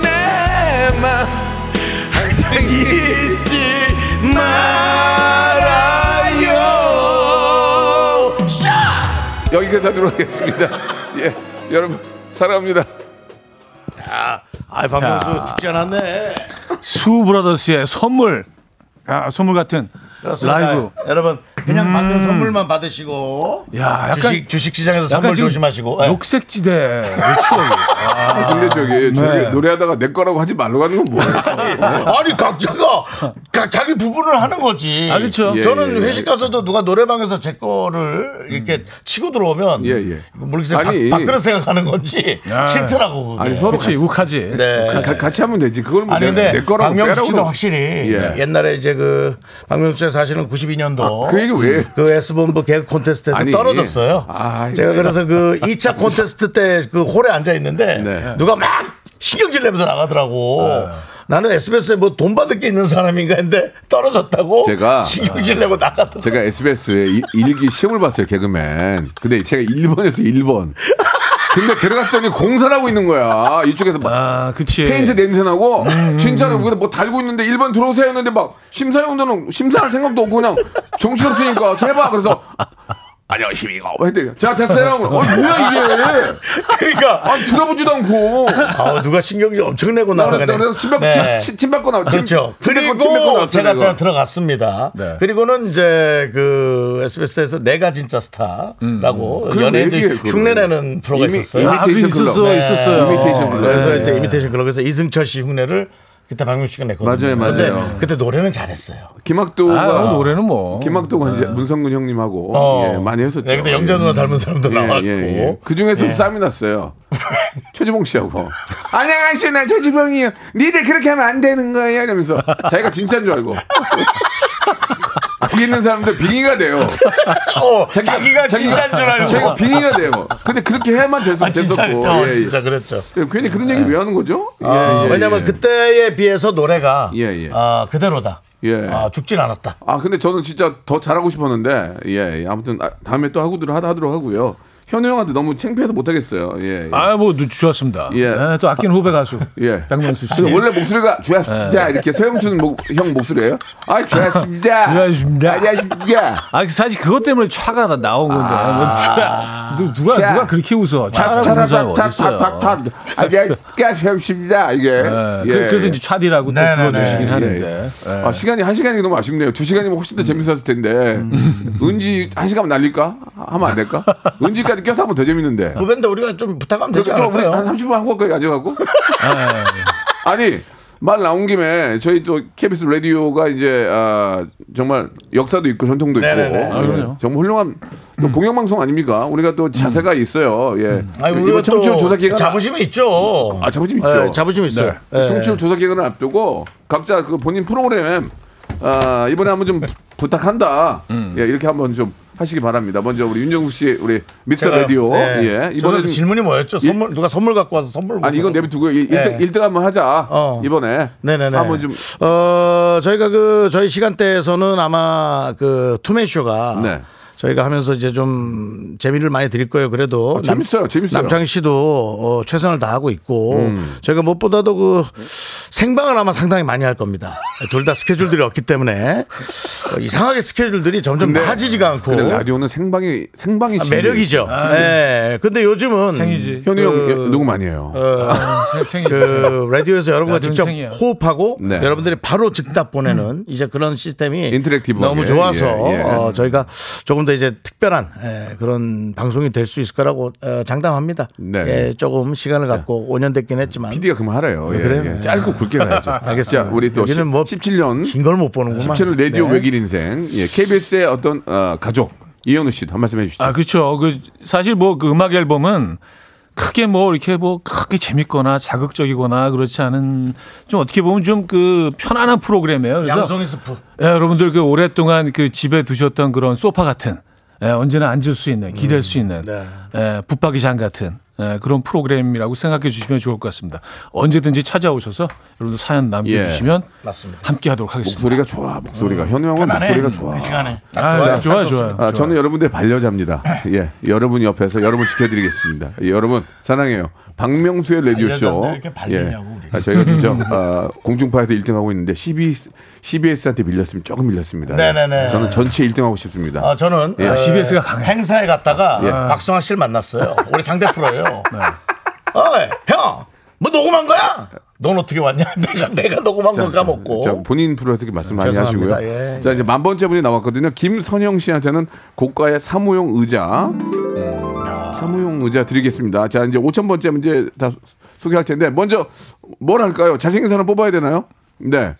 [SPEAKER 3] 내맘 항상 잊지 말아요 여기까지 하도록 하겠습니다 예 여러분 사랑합니다
[SPEAKER 8] 아, 박명수 죽지 않았네.
[SPEAKER 7] 수 브라더스의 선물 아, 선물 같은
[SPEAKER 8] 그렇습니다.
[SPEAKER 7] 라이브 음.
[SPEAKER 8] 여러분 그냥 받는 선물만 받으시고
[SPEAKER 7] 야, 약간-
[SPEAKER 8] 주식 주식 시장에서
[SPEAKER 7] 약간
[SPEAKER 8] 선물
[SPEAKER 7] 지금
[SPEAKER 8] 조심하시고 예.
[SPEAKER 7] 녹색지대 외출.
[SPEAKER 3] 아, 근데 저기, 저기
[SPEAKER 7] 네.
[SPEAKER 3] 노래하다가 내 거라고 하지 말라고 하는 건
[SPEAKER 8] 네.
[SPEAKER 3] 뭐예요?
[SPEAKER 8] 아니 각자가 가- 자기 부분을 하는 거지.
[SPEAKER 7] 아, 그쵸.
[SPEAKER 3] 예,
[SPEAKER 8] 저는
[SPEAKER 3] 예, 예.
[SPEAKER 8] 회식 가서도 누가 노래방에서 제 거를 이렇게 치고 들어오면
[SPEAKER 3] 예, 예.
[SPEAKER 8] 모르겠어요.
[SPEAKER 3] 아니. 아.
[SPEAKER 8] 바, 밖으로
[SPEAKER 3] <laughs>
[SPEAKER 8] 생각하는 건지 싫더라고. 그게.
[SPEAKER 3] 아니, 서로
[SPEAKER 7] 그렇지
[SPEAKER 3] 같이,
[SPEAKER 7] 욱하지.
[SPEAKER 8] 네.
[SPEAKER 3] 가- 같이 하면 되지. 그걸 뭐
[SPEAKER 8] 아니
[SPEAKER 3] 내,
[SPEAKER 8] 근데
[SPEAKER 3] 내 거라고
[SPEAKER 8] 박명수 씨도
[SPEAKER 3] 빼라고는-
[SPEAKER 8] 확실히
[SPEAKER 3] 예.
[SPEAKER 8] 옛날에 이제 그 박명수 씨가 사실은 92년도
[SPEAKER 3] 그 얘기 왜?
[SPEAKER 8] 그 S본부 개그 콘테스트에서
[SPEAKER 3] 아니,
[SPEAKER 8] 떨어졌어요.
[SPEAKER 3] 아,
[SPEAKER 8] 제가 그래서 그 2차 콘테스트 때 그 홀에 앉아 있는데
[SPEAKER 3] 네.
[SPEAKER 8] 누가 막 신경질 내면서 나가더라고. 나는 SBS에 뭐 돈 받을 게 있는 사람인가 했는데 떨어졌다고
[SPEAKER 3] 제가- 아,
[SPEAKER 8] 신경질 내고 나가더라고.
[SPEAKER 3] 제가 SBS에 이- 일기 시험을 봤어요, 개그맨. 근데 제가 1번에서 1번. 근데 들어갔더니 공사를 하고 있는 거야. 이쪽에서 막
[SPEAKER 7] 아,
[SPEAKER 8] 예.
[SPEAKER 7] 그치.
[SPEAKER 3] 페인트 냄새나고
[SPEAKER 8] 음,
[SPEAKER 3] 진짜로 거기다 뭐 달고 있는데 1번 들어오세요 했는데 막 심사위원들은 심사할 생각도 없고 그냥 정신없으니까 제발 그래서 안녕하십니까 했더니 자 됐어요 그럼. 어 뭐야 이게
[SPEAKER 8] 그러니까
[SPEAKER 3] 아 들어보지도 않고
[SPEAKER 8] 아, 누가 신경질 엄청 내고 나가네.
[SPEAKER 3] 그래서 침뱉
[SPEAKER 8] 네.
[SPEAKER 3] 침- 침 받고 나왔죠
[SPEAKER 8] 그렇죠. 그리고 제가 다 들어갔습니다.
[SPEAKER 7] 네.
[SPEAKER 8] 그리고는 이제 그 SBS에서 내가 진짜 스타라고
[SPEAKER 3] 음. 그걸 왜 얘기해,
[SPEAKER 8] 연예인들
[SPEAKER 3] 그걸.
[SPEAKER 8] 흉내내는 프로가
[SPEAKER 3] 이미-
[SPEAKER 8] 있었어요.
[SPEAKER 3] 이미
[SPEAKER 7] 아, 그
[SPEAKER 3] 이미테이션 클럽.
[SPEAKER 7] 있었어,
[SPEAKER 3] 네.
[SPEAKER 7] 있었어요.
[SPEAKER 3] 이미테이션 클럽.
[SPEAKER 8] 그래서
[SPEAKER 3] 네.
[SPEAKER 8] 이제 이미테이션 클럽에서 이승철 씨 흉내를 그때 박명수 씨가 냈거든요.
[SPEAKER 3] 맞아요,
[SPEAKER 8] 근데
[SPEAKER 3] 맞아요.
[SPEAKER 8] 그때 노래는 잘했어요. 네.
[SPEAKER 3] 김학도가
[SPEAKER 7] 아, 형 노래는 뭐.
[SPEAKER 3] 김학도가 이제 문성근 형님하고
[SPEAKER 8] 어.
[SPEAKER 3] 예, 많이 했었죠.
[SPEAKER 8] 네, 근데 영자 누나 닮은 사람도 나왔고. 예.
[SPEAKER 3] 그 중에서 도 쌈이
[SPEAKER 8] <laughs>
[SPEAKER 3] 났어요. 최지봉 씨하고. 안녕하세요, 나 최지봉이요. 니들 그렇게 하면 안 되는 거예요. 이러면서 자기가 진짜인 줄
[SPEAKER 8] <laughs>
[SPEAKER 3] 알고. 거기 있는 사람들 빙의가 돼요.
[SPEAKER 8] 어, <laughs> 자기가, 진짜인 줄 알고.
[SPEAKER 3] 자기가 빙의가 돼요. 근데 그렇게 해야만 돼서
[SPEAKER 8] 아, 진짜,
[SPEAKER 3] 됐었고.
[SPEAKER 8] 어,
[SPEAKER 3] 예, 예.
[SPEAKER 8] 진짜 그랬죠.
[SPEAKER 3] 예, 괜히 그런 얘기 왜 하는 거죠? 예,
[SPEAKER 8] 아,
[SPEAKER 3] 예,
[SPEAKER 8] 왜냐면
[SPEAKER 3] 예.
[SPEAKER 8] 그때에 비해서 노래가
[SPEAKER 3] 예, 예.
[SPEAKER 8] 아, 그대로다.
[SPEAKER 3] 예.
[SPEAKER 8] 아, 죽진 않았다.
[SPEAKER 3] 아 근데 저는 진짜 더 잘하고 싶었는데 예 예. 아무튼 아, 다음에 또 하고들 하다 하도록 하고요. 현우 형한테 너무 창피해서 못하겠어요. 예. 예.
[SPEAKER 7] 아, 뭐 좋았습니다.
[SPEAKER 3] 예.
[SPEAKER 7] 네, 또 아끼는 후배 가수.
[SPEAKER 3] 예.
[SPEAKER 7] 박명수 씨. 네.
[SPEAKER 3] 근데 원래 목소리가 좋았습니다 이렇게 서영준 목, 형 목소리예요? 아 좋았습니다.
[SPEAKER 7] 좋았습니다.
[SPEAKER 3] 안녕하십니까.
[SPEAKER 7] 아, 사실 그것 때문에 차가 나- 나온 건데. 아, 뭐 누- 누가,
[SPEAKER 3] 차.
[SPEAKER 7] 누가 그렇게 웃어? 차라고 웃는 사람이 아, 어딨어요?
[SPEAKER 3] 차차차차차차차 안녕하십니까 서영준입니다 이게.
[SPEAKER 7] 네,
[SPEAKER 3] 예.
[SPEAKER 7] 그- 그래서 이제 차디라고 또
[SPEAKER 8] 네, 네,
[SPEAKER 7] 불러주시긴
[SPEAKER 8] 네.
[SPEAKER 7] 하는데.
[SPEAKER 3] 예. 아, 시간이 한 시간이 너무 아쉽네요. 두 시간이면 훨씬 더 재밌었을 텐데
[SPEAKER 7] 음.
[SPEAKER 3] 은지 한 시간 날릴까 하면 안 될까? 은지까지 껴서 하면 더 재밌는데.
[SPEAKER 8] 그 밴드 우리가 좀 부탁하면 되지
[SPEAKER 3] 그럼 우리
[SPEAKER 8] 않을까요? 아, 네,
[SPEAKER 3] 한 30분 한국 거기 가져가고. <laughs> 아니 말 나온 김에 저희 또 KBS 라디오가 이제 아, 정말 역사도 있고 전통도 있고
[SPEAKER 8] 네네네. 아, 음.
[SPEAKER 3] 예,
[SPEAKER 7] 그럼요.
[SPEAKER 3] 정말 훌륭한 또 공영방송 아닙니까? 우리가 또 자세가 있어요. 예.
[SPEAKER 8] 아니,
[SPEAKER 3] 이번
[SPEAKER 8] 우리가 또
[SPEAKER 3] 청취율 조사 기간
[SPEAKER 8] 자부심이 있죠.
[SPEAKER 3] 아 자부심 있죠. 네.
[SPEAKER 8] 예, 자부심 있어요. 예.
[SPEAKER 3] 청취율 조사 기간을 앞두고 각자 그 본인 프로그램 아, 이번에 한번 좀 부- 부탁한다.
[SPEAKER 8] 음.
[SPEAKER 3] 예, 이렇게 한번 좀 하시기 바랍니다. 먼저 우리 윤정수 씨 우리 미스터
[SPEAKER 8] 제가,
[SPEAKER 3] 라디오
[SPEAKER 8] 예.
[SPEAKER 3] 예. 이번에
[SPEAKER 8] 저
[SPEAKER 3] 좀-
[SPEAKER 8] 질문이 뭐였죠? 선물 누가 선물 갖고 와서 선물
[SPEAKER 3] 아니 이건 내비두고요. 일
[SPEAKER 8] 네.
[SPEAKER 3] 등일등 한번 하자.
[SPEAKER 8] 어.
[SPEAKER 3] 이번에.
[SPEAKER 8] 네네네.
[SPEAKER 3] 한번 좀
[SPEAKER 8] 어, 저희가 그 저희 시간대에서는 아마 그 투맨 쇼가
[SPEAKER 3] 네.
[SPEAKER 8] 저희가 하면서 이제 좀 재미를 많이 드릴 거예요. 그래도
[SPEAKER 3] 아, 재밌어요. 재밌어요. 음.
[SPEAKER 8] 남창희 씨도 어, 최선을 다하고 있고 저희가 무엇보다도 그 생방을 아마 상당히 많이 할 겁니다. 둘 다 스케줄들이 없기 때문에 어, 이상하게 스케줄들이 점점
[SPEAKER 3] 네.
[SPEAKER 8] 나아지지가 않고
[SPEAKER 3] 근데 라디오는 생방이 생방이
[SPEAKER 8] 아,
[SPEAKER 3] 진리.
[SPEAKER 8] 매력이죠. 예. 근데 요즘은
[SPEAKER 7] 네. 생이지.
[SPEAKER 3] 현우
[SPEAKER 8] 그-
[SPEAKER 3] 형 녹음 많이 해요.
[SPEAKER 7] 어, 생- 생이지. <laughs>
[SPEAKER 8] 그 라디오에서 여러분과
[SPEAKER 7] 라디오는
[SPEAKER 8] 직접
[SPEAKER 7] 생이야.
[SPEAKER 8] 호흡하고
[SPEAKER 3] 네.
[SPEAKER 8] 여러분들이 바로 즉답 보내는
[SPEAKER 7] 음.
[SPEAKER 8] 이제 그런 시스템이
[SPEAKER 3] 인터랙티브하게.
[SPEAKER 8] 너무 좋아서
[SPEAKER 3] 예, 예.
[SPEAKER 8] 어, 저희가 조금 더 이제 특별한 예, 그런 방송이 될 수 있을 거라고 어, 장담합니다.
[SPEAKER 3] 네.
[SPEAKER 8] 예, 조금 시간을 갖고 5년 됐긴 했지만
[SPEAKER 3] PD가 그만하라요. 예,
[SPEAKER 8] 그래요?
[SPEAKER 3] 예. 짧고 굵게 가야죠.
[SPEAKER 8] <laughs> 알겠습니다.
[SPEAKER 3] 자, 우리 또
[SPEAKER 8] 여기는 뭐
[SPEAKER 3] 17년
[SPEAKER 8] 긴 걸 못 보는구만.
[SPEAKER 3] 17년 라디오
[SPEAKER 8] 네.
[SPEAKER 3] 외길 인생. 예, KBS의 어떤 어, 가족 이현우 씨도 한 말씀 해주시죠.
[SPEAKER 7] 아, 그렇죠. 그 사실 뭐 그 음악 앨범은 크게 뭐 이렇게 뭐 크게 재밌거나 자극적이거나 그렇지 않은 좀 어떻게 보면 좀 그 편안한 프로그램이에요. 그래서
[SPEAKER 8] 양송이 스프.
[SPEAKER 7] 예, 여러분들 그 오랫동안 그 집에 두셨던 그런 소파 같은 예, 언제나 앉을 수 있는 기댈
[SPEAKER 8] 음,
[SPEAKER 7] 수 있는
[SPEAKER 8] 네.
[SPEAKER 7] 예, 붙박이장 같은 예, 그런 프로그램이라고 생각해 주시면 좋을 것 같습니다. 언제든지 찾아오셔서 여러분들 사연 남겨주시면
[SPEAKER 8] 맞습니다.
[SPEAKER 7] 함께하도록 하겠습니다.
[SPEAKER 3] 목소리가 좋아. 목소리가 현우 형은
[SPEAKER 8] 음. 그만해.
[SPEAKER 3] 목소리가 좋아.
[SPEAKER 8] 그 시간에.
[SPEAKER 7] 아,
[SPEAKER 8] 좋아요. 네.
[SPEAKER 7] 좋아요,
[SPEAKER 8] 딱
[SPEAKER 7] 좋아요.
[SPEAKER 3] 아, 저는 여러분들 의 반려자입니다. 예, 여러분 옆에서 여러분 지켜드리겠습니다. 예, 여러분 사랑해요. 박명수의 라디오 쇼.
[SPEAKER 8] 반려자인데 이렇게 반리냐고, 음. 우리.
[SPEAKER 3] 아, 저희가 진짜 아, 공중파에서 1등 하고 있는데 CBS, CBS한테 밀렸으면 조금 밀렸습니다. 예.
[SPEAKER 8] 네네네.
[SPEAKER 3] 저는 전체 1등 하고 싶습니다.
[SPEAKER 8] 아, 저는
[SPEAKER 3] 예.
[SPEAKER 8] 어,
[SPEAKER 7] CBS 가 강해. 아.
[SPEAKER 8] 행사에 갔다가
[SPEAKER 3] 예.
[SPEAKER 7] <laughs>
[SPEAKER 8] 박성환
[SPEAKER 7] 네.
[SPEAKER 8] 씨를 만났어요. 우리 상대 프로예요. 어이, 형, 뭐 어, 녹음한 거야? 넌 어떻게 왔냐? <laughs> 내가 내가 녹음한 거 까먹고.
[SPEAKER 3] 자, 본인 프로에서 말씀 많이
[SPEAKER 8] 죄송합니다.
[SPEAKER 3] 하시고요.
[SPEAKER 8] 예,
[SPEAKER 3] 자, 이제 만 번째 분이 나왔거든요. 김선영 씨한테는 고가의 사무용 의자.
[SPEAKER 8] 음.
[SPEAKER 3] 사무용 의자 드리겠습니다. 자, 이제 5천 번째 문제 다 소- 소개할 텐데 먼저 뭘 할까요? 잘생긴 사람 뽑아야 되나요? 네.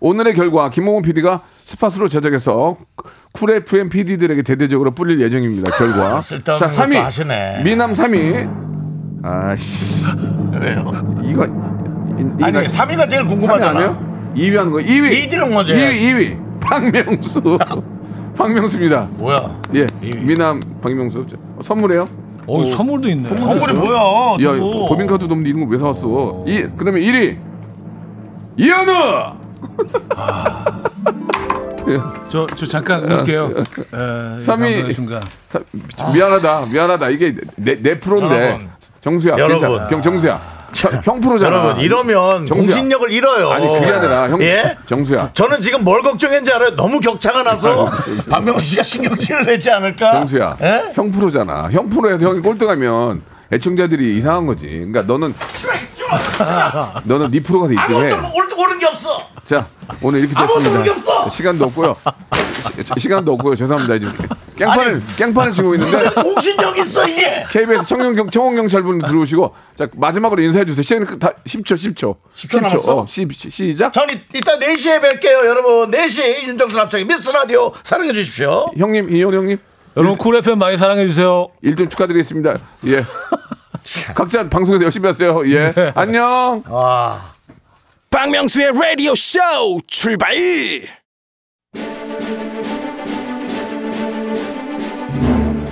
[SPEAKER 3] 오늘의 결과 김홍훈 PD가 스팟으로 제작해서 쿨 FM PD들에게 대대적으로 뿔릴 예정입니다. 결과.
[SPEAKER 8] <laughs> 쓸데없는
[SPEAKER 3] 자,
[SPEAKER 8] 것도
[SPEAKER 3] 3위.
[SPEAKER 8] 하시네.
[SPEAKER 3] 미남 3위. 아씨.
[SPEAKER 8] 왜요?
[SPEAKER 3] 이거 이-
[SPEAKER 8] 아니,
[SPEAKER 3] 이거-
[SPEAKER 8] 3위가 제일
[SPEAKER 3] 삼위
[SPEAKER 8] 궁금하잖아.
[SPEAKER 3] 아니에요? 2위 하는 거. 2위.
[SPEAKER 8] 이기는 거지.
[SPEAKER 3] 2위, 2위. 박명수. <laughs> 박명수입니다.
[SPEAKER 8] 뭐야?
[SPEAKER 3] 예. 미남 박명수. 저- 선물이에요?
[SPEAKER 7] 어, 선물도 있네.
[SPEAKER 8] 선물이 뭐야?
[SPEAKER 3] 야,
[SPEAKER 8] 저거.
[SPEAKER 3] 법인카드도 없는데 이런 거 왜 사왔어? 이 그러면 1위. 이현우!
[SPEAKER 7] 저, 저 잠깐 볼게요.
[SPEAKER 3] 어. 삼위.
[SPEAKER 7] 순간.
[SPEAKER 3] 사- 미안하다. 미안하다. 이게 내, 내 프로인데.
[SPEAKER 8] 아. 여러분.
[SPEAKER 3] 정수야.
[SPEAKER 8] 여러분.
[SPEAKER 3] 괜찮아. 경, 정수야. 저- 형 프로잖아.
[SPEAKER 8] 여러분 이러면
[SPEAKER 3] 정수야.
[SPEAKER 8] 공신력을 잃어요.
[SPEAKER 3] 아니, 그게 아니라 형
[SPEAKER 8] 예?
[SPEAKER 3] 정수야.
[SPEAKER 8] 저는 지금 뭘 걱정했는지 알아요. 너무 격차가 나서 박명수 씨가 신경질을 냈지 않을까?
[SPEAKER 3] 정수야,
[SPEAKER 8] 예?
[SPEAKER 3] 형 프로잖아. 형 프로에서 형이 꼴등하면 애청자들이 이상한 거지. 그러니까 너는 너는 네 프로가 돼 있긴 해.
[SPEAKER 8] 아무것도 뭐 옳- 옳은 게 없어.
[SPEAKER 3] 자, 오늘 이렇게
[SPEAKER 8] 아무것도
[SPEAKER 3] 됐습니다.
[SPEAKER 8] 모르게 없어!
[SPEAKER 3] 시간도 없고요. 시, 간도 없고요. 죄송합니다. 지금 깽판을 깽판을 치고 있는데
[SPEAKER 8] 공신력 있어 이게.
[SPEAKER 3] KBS 청년경 청원경찰분 들어오시고 자 마지막으로 인사해 주세요. 시간이 끝- 다 10초, 10초,
[SPEAKER 8] 10초 남았어?
[SPEAKER 3] 어, 시, 시- 시작.
[SPEAKER 8] 전 이- 이따 4시에 뵐게요 여러분 4시에 윤정수 남창의 미스 라디오 사랑해 주십시오
[SPEAKER 3] 형님, 이현 형님.
[SPEAKER 7] 여러분, 쿨 FM 많이 사랑해주세요.
[SPEAKER 3] 일등 축하드리겠습니다. 예. 각자 방송에서 열심히 하세요. 예. 안녕.
[SPEAKER 1] 네. 박명수의 라디오 쇼 출발!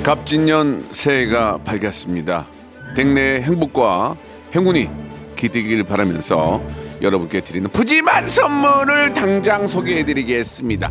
[SPEAKER 3] 갑진년 새해가 밝았습니다. 댁내의 행복과 행운이 기대길 바라면서 여러분께 드리는 푸짐한 선물을 당장 소개해드리겠습니다.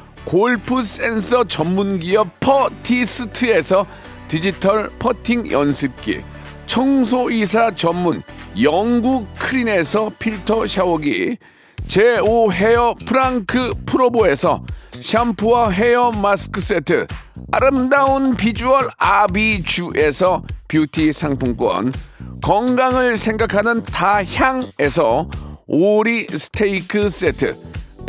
[SPEAKER 3] 골프 센서 전문 기업 퍼티스트에서 디지털 퍼팅 연습기, 청소이사 전문 영국 크린에서 필터 샤워기, 제오 헤어 프랑크 프로보에서 샴푸와 헤어 마스크 세트, 아름다운 비주얼 아비주에서 뷰티 상품권, 건강을 생각하는 다향에서 오리 스테이크 세트,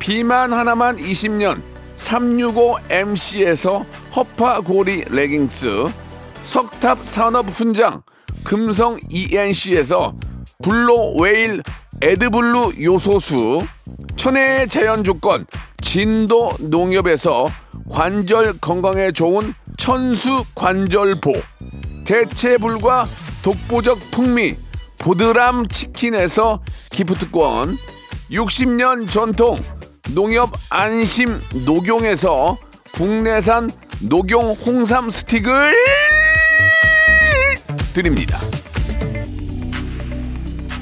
[SPEAKER 3] 비만 하나만 20년 365MC에서 허파고리 레깅스 석탑 산업 훈장 금성 E ENC에서 블로웨일 에드블루 요소수 천혜의 자연 조건 진도 농협에서 관절 건강에 좋은 천수 관절보 대체불과 독보적 풍미 보드람 치킨에서 기프트권 60년 전통 농협 안심 녹용에서 국내산 녹용 홍삼 스틱을 드립니다.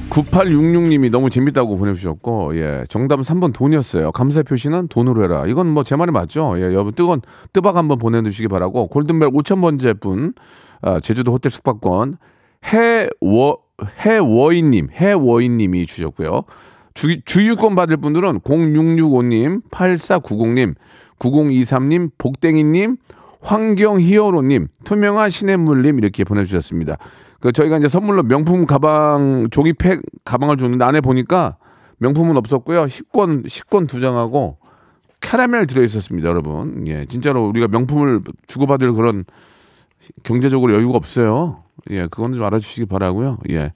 [SPEAKER 3] 9866님이 너무 재밌다고 보내주셨고, 예. 정답은 3번 돈이었어요. 감사 표시는 돈으로 해라. 이건 뭐 제 말이 맞죠? 예. 여러분, 뜨거운, 뜨박 한번 보내주시기 바라고, 골든벨 5,000번째 분, 아, 제주도 호텔 숙박권, 해워, 해워이님, 해워이님이 주셨고요. 주, 주유권 받을 분들은 0665님, 8490님, 9023님, 복댕이님, 환경히어로님, 투명한 시냇물님 이렇게 보내주셨습니다. 그 저희가 이제 선물로 명품 가방 종이팩 가방을 줬는데 안에 보니까 명품은 없었고요. 식권 식권 두 장하고 캐러멜 들어 있었습니다, 여러분. 예, 진짜로 우리가 명품을 주고받을 그런 경제적으로 여유가 없어요. 예, 그건 좀 알아주시기 바라고요. 예.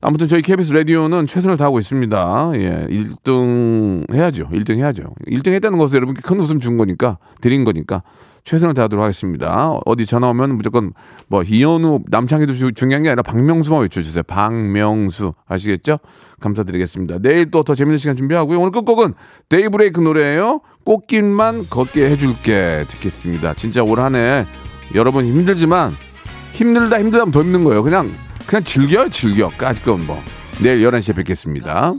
[SPEAKER 3] 아무튼 저희 KBS 라디오는 최선을 다하고 있습니다. 예, 1등 해야죠. 1등 해야죠. 1등 했다는 것은 여러분께 큰 웃음 준 거니까, 드린 거니까 최선을 다하도록 하겠습니다. 어디 전화 오면 무조건 뭐 이현우, 남창희도 주- 중요한 게 아니라 박명수만 외쳐주세요. 박명수 아시겠죠? 감사드리겠습니다. 내일 또 더 재밌는 시간 준비하고요. 오늘 끝곡은 데이브레이크 노래예요. 꽃길만 걷게 해줄게 듣겠습니다. 진짜 올 한 해 여러분 힘들지만 힘들다 뭐. 힘들다 하면 더 힘든 거예요. 그냥 그냥 즐겨요 즐겨 까짓 건뭐 내일 11시에 뵙겠습니다.